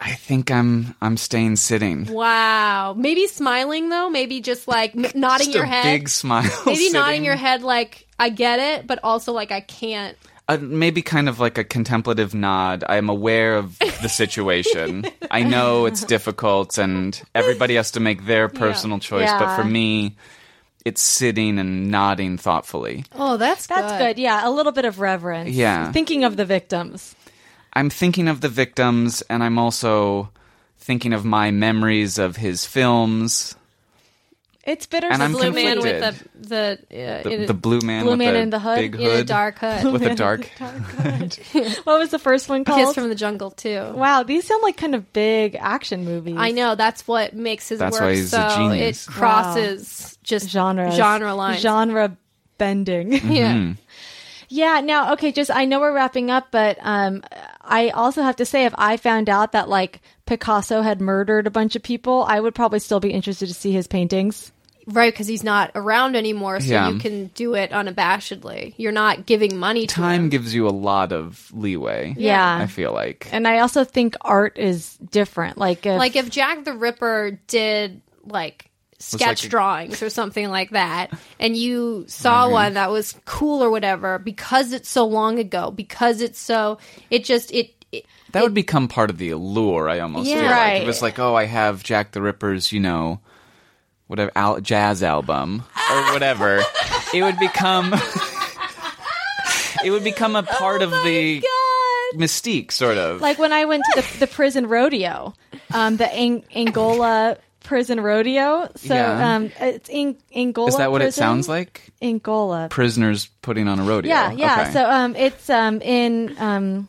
I think I'm I'm staying sitting.
Wow. Maybe smiling though. Maybe just like n- nodding
Just
your
a
head.
big smile.
maybe
sitting.
nodding your head like I get it, but also like I can't.
Uh, maybe kind of like a contemplative nod. I am aware of the situation. I know it's difficult, and everybody has to make their personal choice. But for
Yeah.
me, it's sitting and nodding thoughtfully.
Oh, that's
That's good. Yeah, a little bit of reverence.
Yeah.
Thinking of the victims.
I'm thinking of the victims, and I'm also thinking of my memories of his films.
It's bitter.
And I'm
Blue man with
conflicted.
the the, uh,
The,
in a-
the blue man,
Blue
with
Man
the
in the Hood?
big
in a
hood
dark hood.
with a dark.
What was the first one called?
Kiss from the jungle too.
wow, these sound like kind of big action movies.
I know that's what makes his
That's
work
why he's
so
a genius.
it crosses just
Genres.
genre lines.
Genre bending.
Mm-hmm.
Yeah.
<laughs>
Hmm.
Yeah. Now, okay, just I know we're wrapping up, but um, I also have to say, if I found out that like Picasso had murdered a bunch of people, I would probably still be interested to see his paintings.
Right, because he's not around anymore, so
Yeah.
you can do it unabashedly. You're not giving money to
Time
him.
gives you a lot of leeway.
Yeah.
I feel like.
And I also think art is different. Like, if,
Like if Jack the Ripper did like sketch
like a-
drawings or something like that, and
<laughs>
you saw one that was cool or whatever, because it's so long ago, because it's so it just it, it
That would become part of the allure. I almost
Yeah.
feel like
Right.
it was like, oh, I have Jack the Ripper's, you know, whatever al- jazz album or whatever. it would become. <laughs> it would become a part of the mystique, sort of.
Oh like when I went to the, the prison rodeo, um, the Ang- Angola prison rodeo. So
Yeah.
um, it's in- Angola.
Is that what it
prison?
sounds like?
Angola.
Prisoners putting on a rodeo.
Yeah, yeah.
Okay.
So um, it's um, in um,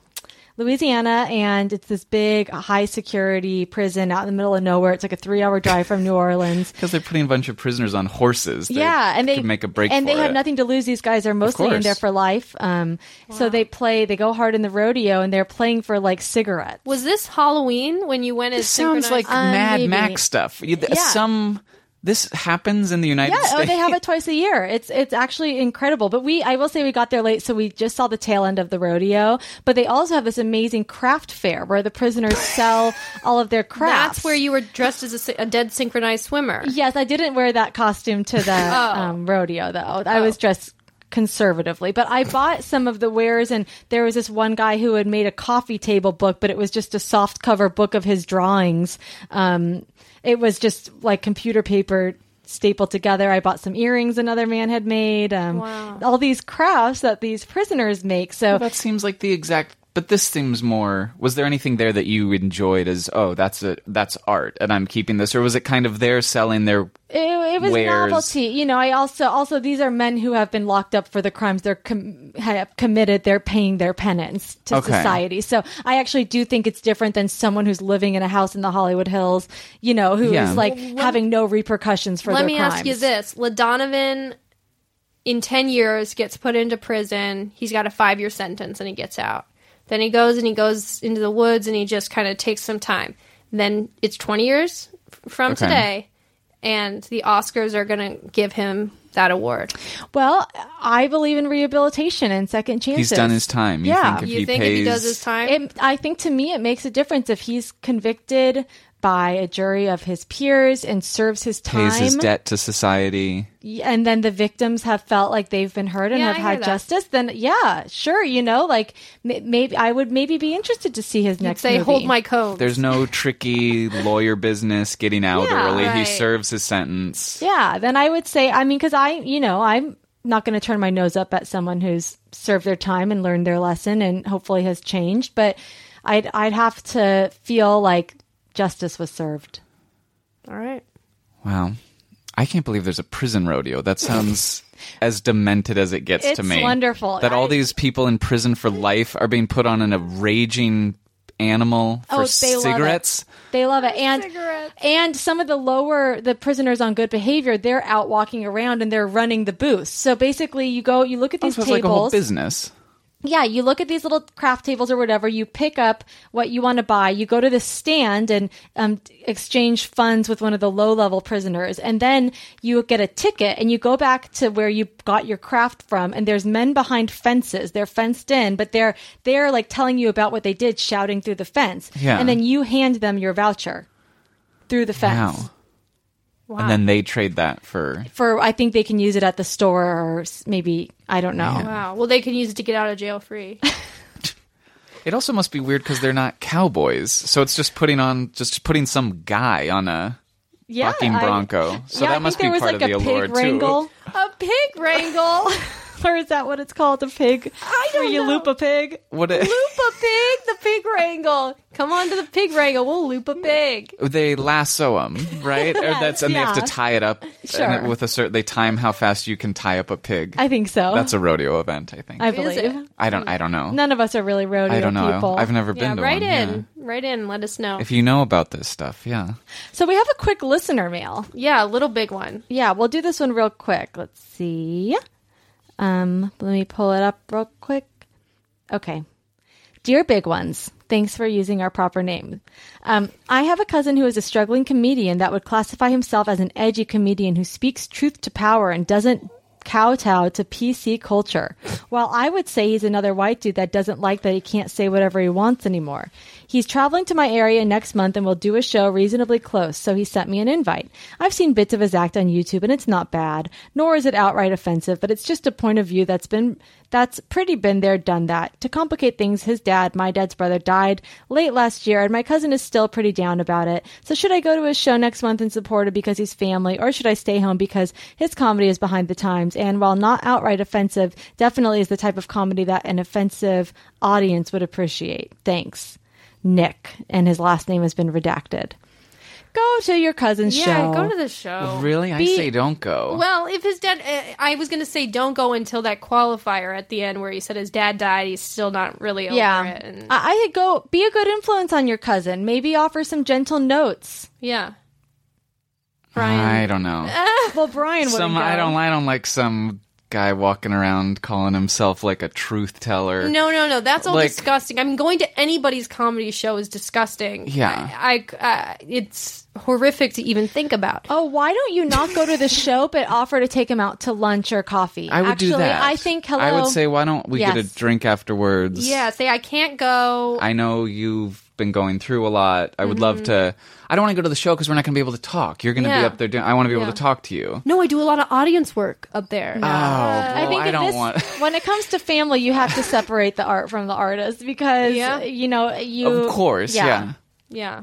Louisiana, and it's this big, high security prison out in the middle of nowhere. It's like a three hour drive from New Orleans.
because they're putting a bunch of prisoners on horses, they
yeah, and they
could make a break.
and
for
they have
it.
nothing to lose. These guys are mostly in
course.
there for life. Um, so they play, they go hard in the rodeo, and they're playing for like cigarettes.
was this Halloween when you went.
This
As
sounds like
synchronized-
Mad
Um, maybe.
Max stuff. You- th-
Yeah.
Some this happens in the United
Yeah,
States.
oh, they
<laughs>
have it twice a year. It's it's actually incredible. But we, I will say, we got there late, so we just saw the tail end of the rodeo. But they also have this amazing craft fair where the prisoners sell all of their crafts.
that's where you were dressed as a, sy- a dead synchronized swimmer.
<laughs> Yes, I didn't wear that costume to the um, rodeo though. I was dressed conservatively, but I bought some of the wares, and there was this one guy who had made a coffee table book, but it was just a soft cover book of his drawings. Um, it was just like computer paper stapled together. I bought some earrings another man had made. Um, All these crafts that these prisoners make. So
That seems like the exact. But this seems more. Was there anything there that you enjoyed as? Oh, that's a that's art, and I'm keeping this. Or was it kind of their selling their?
It, it was
wares.
novelty, you know. I also also these are men who have been locked up for the crimes they're com- have committed. They're paying their penance to
Okay.
society. So I actually do think it's different than someone who's living in a house in the Hollywood Hills, you know, who is
Yeah.
like having no repercussions for
Let
their
me
crimes.
ask you this: LaDonovan, in ten years, gets put into prison. He's got a five-year sentence, and he gets out. Then he goes and he goes into the woods, and he just kind of takes some time. Then it's twenty years f- from
Okay.
today, and the Oscars are going to give him that award.
Well, I believe in rehabilitation and second chances.
He's done his time. You
Yeah.
think if
You
he
think
pays,
if he does his time?
It, I think to me, it makes a difference if he's convicted by a jury of his peers and serves his time.
pays his debt to society,
and then the victims have felt like they've been heard and
Yeah,
have
I hear
had
that.
justice, then yeah, sure, you know, like m- maybe I would maybe be interested to see his next.
Say,
movie.
hold my cone.
<laughs>
there's no tricky lawyer business getting out
Yeah,
early. He
right.
serves his sentence.
Yeah, then I would say, I mean, because I, you know, I'm not going to turn my nose up at someone who's served their time and learned their lesson and hopefully has changed, but I'd I'd have to feel like justice was served.
All right.
Wow. I can't believe there's a prison rodeo. That
<laughs>
sounds as demented as it gets to
It's
me.
wonderful.
That all
I-
these people in prison for life are being put on in a raging animal
Oh,
for
they love it.
cigarettes.
They love it, and
Cigarettes.
and some of the lower the prisoners on good behavior, they're out walking around and they're running the booths. So basically, you go, you look at
Oh,
these
so it's
tables,
like a whole business.
yeah, you look at these little craft tables or whatever, you pick up what you want to buy, you go to the stand and um, exchange funds with one of the low level prisoners, and then you get a ticket and you go back to where you got your craft from, and there's men behind fences. They're fenced in, but they're they're like telling you about what they did, shouting through the fence.
Yeah.
And then you hand them your voucher through the fence.
Wow. And then they trade that for
For I think they can use it at the store or s- maybe I don't know.
Wow. Well, they can use it to get out of jail
<laughs>
free.
It also must be weird because they're not cowboys, so it's just putting on just putting some guy on a
Yeah,
fucking
I-
bronco. so
yeah, I
that
think
must be
there was
part
like
of
a
the allure
pig wrangle.
too.
a pig wrangle. <laughs>
or is that what it's called? A pig? I don't Where you
know.
loop a pig?
What it,
loop a pig. The pig wrangle. Come on to the pig wrangle. We'll loop a pig.
they lasso him, right? or that's and they have
yeah.
to tie it up and
Sure.
it- with a certain. They time how fast you can tie up a pig.
I think so.
that's a rodeo event. I think.
I
Is
believe.
it?
I don't. I don't know.
None of us are really rodeo
I don't know.
people.
I've never
Yeah,
been to
right
one. yeah.
in. Right in. Let us know.
If you know about this stuff, yeah.
so we have a quick listener mail.
yeah, a little big one.
Yeah, we'll do this one real quick. Let's see. Um, let me pull it up real quick. Okay. Dear Big Ones, thanks for using our proper name. Um, I have a cousin who is a struggling comedian that would classify himself as an edgy comedian who speaks truth to power and doesn't kowtow to PC culture. While I would say he's another white dude that doesn't like that he can't say whatever he wants anymore. He's traveling to my area next month and will do a show reasonably close, so he sent me an invite. I've seen bits of his act on YouTube and it's not bad, nor is it outright offensive, but it's just a point of view that's been that's pretty been there done that. To complicate things, his dad, my dad's brother, died late last year, and my cousin is still pretty down about it. So, should I go to his show next month and support him because he's family, or should I stay home because his comedy is behind the times? And while not outright offensive, definitely is the type of comedy that an offensive audience would appreciate. Thanks, Nick. And his last name has been redacted. Go to your cousin's show.
Yeah, go to the show.
Really, I
Be-
say don't go.
Well, if his dad, uh, I was going to say don't go until that qualifier at the end where he said his dad died. He's still not really over
yeah,
it. And,
I, I could go be a good influence on your cousin. Maybe offer some gentle notes.
yeah.
I
Brian.
don't know.
Well, Brian, wouldn't
some
go.
I don't I don't like some guy walking around calling himself like a truth teller.
No, no, no. That's all
Like-
disgusting. I mean, going to anybody's comedy show is disgusting.
Yeah.
I, I, uh, it's horrific to even think about.
Oh, why don't you not go to the show but offer to take him out to lunch or coffee?
I would
Actually,
do that.
I think hello.
I would say why don't we get
Yes.
a drink afterwards?
Yeah, say I can't go.
I know you've been going through a lot. I would love
Mm-hmm.
to I don't want to go to the show cuz we're not going to be able to talk. You're going to be
Yeah.
up there doing I want to be
Yeah.
able to talk to you.
no, I do a lot of audience work up there.
Oh,
Uh, I
well,
think
I
if
don't
this, <laughs>
want <laughs>
when it comes to family, you have to separate the art from the artist because
Yeah.
you know you.
Of course, yeah.
Yeah.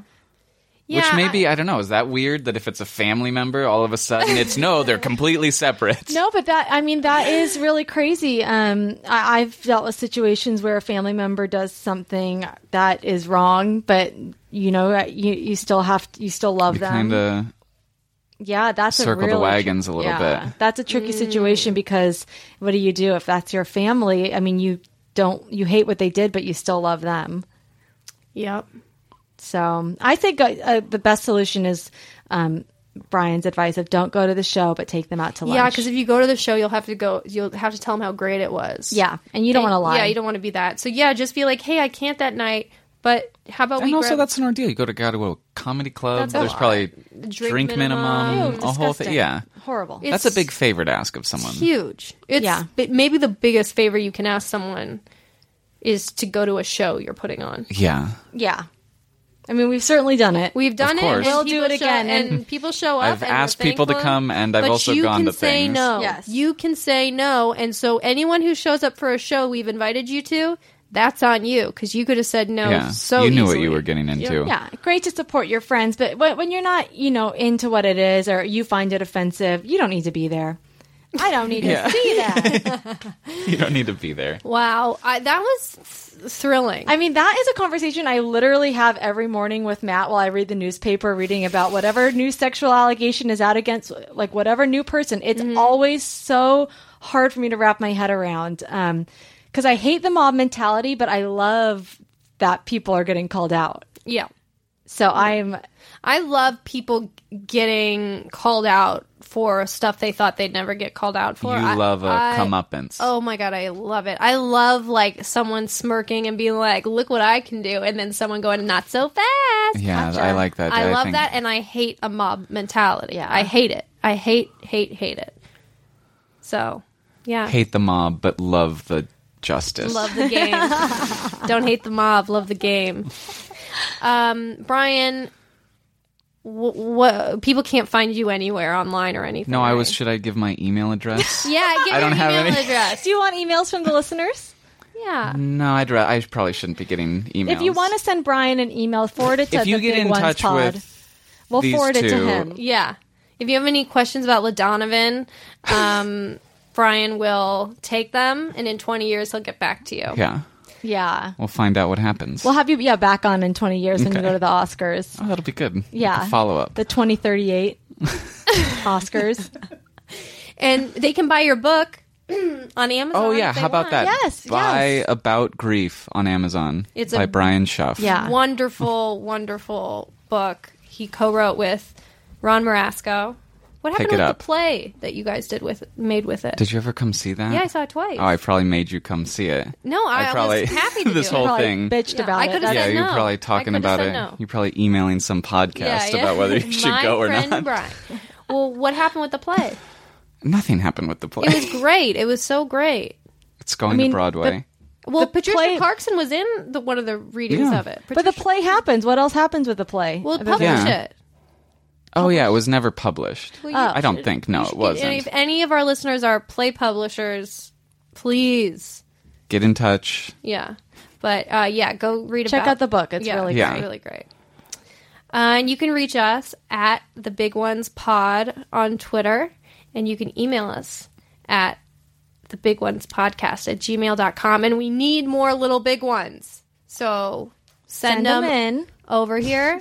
Which
Yeah,
maybe I don't know, is that weird that if it's a family member all of a
<laughs>
sudden it's no, they're completely separate.
No, but that I mean that is really crazy. Um, I, I've dealt with situations where a family member does something that is wrong, but you know uh, you you still have to, you still love
You
them.
kind of
Yeah, that's
circle
a
the
really,
wagons a little bit.
That's a tricky situation because what do you do if that's your family? I mean, you don't you hate what they did, but you still love them.
Yep.
So I think uh, uh, the best solution is um, Brian's advice of don't go to the show, but take them out to lunch.
Yeah, because if you go to the show, you'll have to go. You'll have to tell them how great it was.
yeah, and you don't want to lie.
Yeah, you don't want to be that. So yeah, just be like, hey, I can't that night, But how about
And
we
also,
grab
that's an ordeal. You go to got to a comedy club.
That's a
There's
lot.
probably
Drink
drink,
minimum.
minimum,
Ew,
a whole thing.
Disgusting.
Yeah,
Horrible.
It's-
that's a big favorite ask of someone.
huge? It's
Yeah.
bi- maybe the biggest favor you can ask someone is to go to a show you're putting on.
Yeah,
yeah. I mean, we've certainly done it.
We've done
Of
it. and
course. We'll
do
people
it
show-
again,
and,
and-
people show up.
I've
and we're
asked people to
thankful,
come, and I've
but
also
you
gone
can
to
say
things.
No,
Yes.
you can say no, and so anyone who shows up for a show we've invited you to, that's on you because you could have said no.
yeah.
Oh, so
you knew what
easily.
you were getting into.
yeah, great to support your friends, but when when you're not, you know, into what it is or you find it offensive, you don't need to be there. I don't need
<laughs> Yeah.
to see that.
You don't need to be there.
Wow, I, that was th- thrilling.
I mean, that is a conversation I literally have every morning with Matt while I read the newspaper, reading about whatever new sexual allegation is out against, like whatever new person. It's
Mm-hmm.
always so hard for me to wrap my head around because I hate the mob mentality, but I love that people are getting called out.
yeah.
So I'm
I love people g- getting called out for stuff they thought they'd never get called out for.
you
I-
love a
I-
comeuppance.
Oh my god, I love it. I love like someone smirking and being like, "Look what I can do," and then someone going, "Not so fast."
Yeah,
gotcha."
I like that.
I,
I
love
think-
that, and I hate a mob mentality. I hate it. I hate, hate, hate it. So, yeah,
Hate the mob, but love the justice.
love the game. Don't hate the mob. Love the game. Um, Brian, what people can't find you anywhere online or anything.
no, I
right?
was. Should I give my
<laughs>
email address?
Yeah, give
I
your
don't have
email
any. <laughs>
address.
do you want emails from the listeners?
Yeah.
No, I'd. Ra- I probably shouldn't be getting emails.
If you want to send Brian an email, forward it to
if you
the
get
Big
in
Ones
touch
pod.
with,
we'll
these
forward it to
two-
him.
Yeah. If you have any questions about LaDonovan, um, <laughs> Brian will take them, and in 20 years, he'll get back to you.
yeah,
Yeah.
we'll find out what happens.
We'll have you yeah back on in 20 years when you
Okay.
go to the Oscars.
oh, that'll be good.
Yeah.
follow up.
The
<laughs>
2038 Oscars.
And they can buy your book <clears throat> on Amazon.
Oh yeah,
if they
how about
want.
that?
Yes,
Buy
yes.
About Grief on Amazon.
It's
by
a-
Brian Schuff.
Yeah.
Wonderful, wonderful book he co wrote with Ron Marasco. What happened
Pick it
with
up.
the play that you guys did with made with it?
Did you ever come see that?
Yeah, I saw it twice.
Oh, I probably made you come see it.
no, I,
I probably-
was happy
<laughs>
to
this
do it.
whole
Probably
thing.
bitched
Yeah,
about
I
it.
could've
That's-
yeah,
said
you
no.
were probably
I
talking
could've
about
said
it.
no.
You're probably emailing some podcast about whether
<laughs>
you should
My
go or
friend
not.
Brian. Well, what happened with the play?
Nothing happened with the play.
It was great. It was so great.
it's going
mean,
to Broadway.
Well,
The
Patricia
play-
Clarkson was in the, one of the readings
Yeah.
of it.
But the
Patricia-
play happens. What else happens with the play?
Well,
Other
publish
than-
Yeah.
it.
oh yeah, it was never published.
Well, you
I don't think. No,
should-
it wasn't.
If any of our listeners are play publishers, please,
Get in touch.
yeah. But uh, yeah, go read.
Check
about-
out the book. It's
yeah,
really
Yeah.
It's
great.
really great. Uh, and you can reach us at the Big Ones Pod on Twitter, and you can email us at the Big Ones Podcast at gmail.com. And we need more little big ones, so send,
Send
them,
them in.
over here.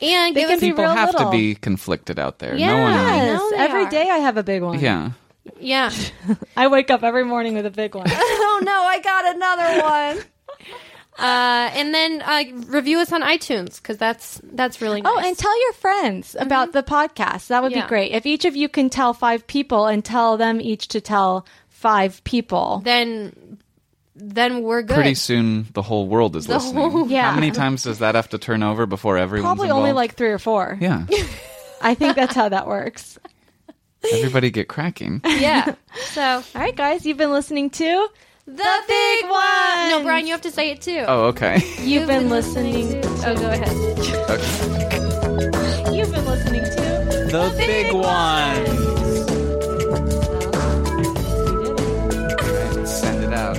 And
They
give
can
us
be
People
real
have
little.
to be conflicted out there.
Yeah.
No one.
I know
Yes,
they
every
are.
day I have a big one.
Yeah.
<laughs> yeah.
<laughs> I wake up every morning with a big one.
oh no, I got another one. <laughs> Uh, and then uh, review us on iTunes because that's that's really nice.
Oh, and tell your friends about the podcast. That would
Yeah.
be great. If each of you can tell five people and tell them each to tell five people.
then then we're good.
Pretty soon, the whole world is listening.
Yeah.
How many times does that have to turn over before everyone's
Probably
involved?
only like three or four.
Yeah.
I think that's how that works.
Everybody get cracking.
<laughs>
Yeah. So
All right, guys, you've been listening to
the big
one.
No, Brian, you have to say it too.
Oh, okay.
You've been listening.
oh go ahead.
You've been listening to.
<laughs> The big one. Send it out.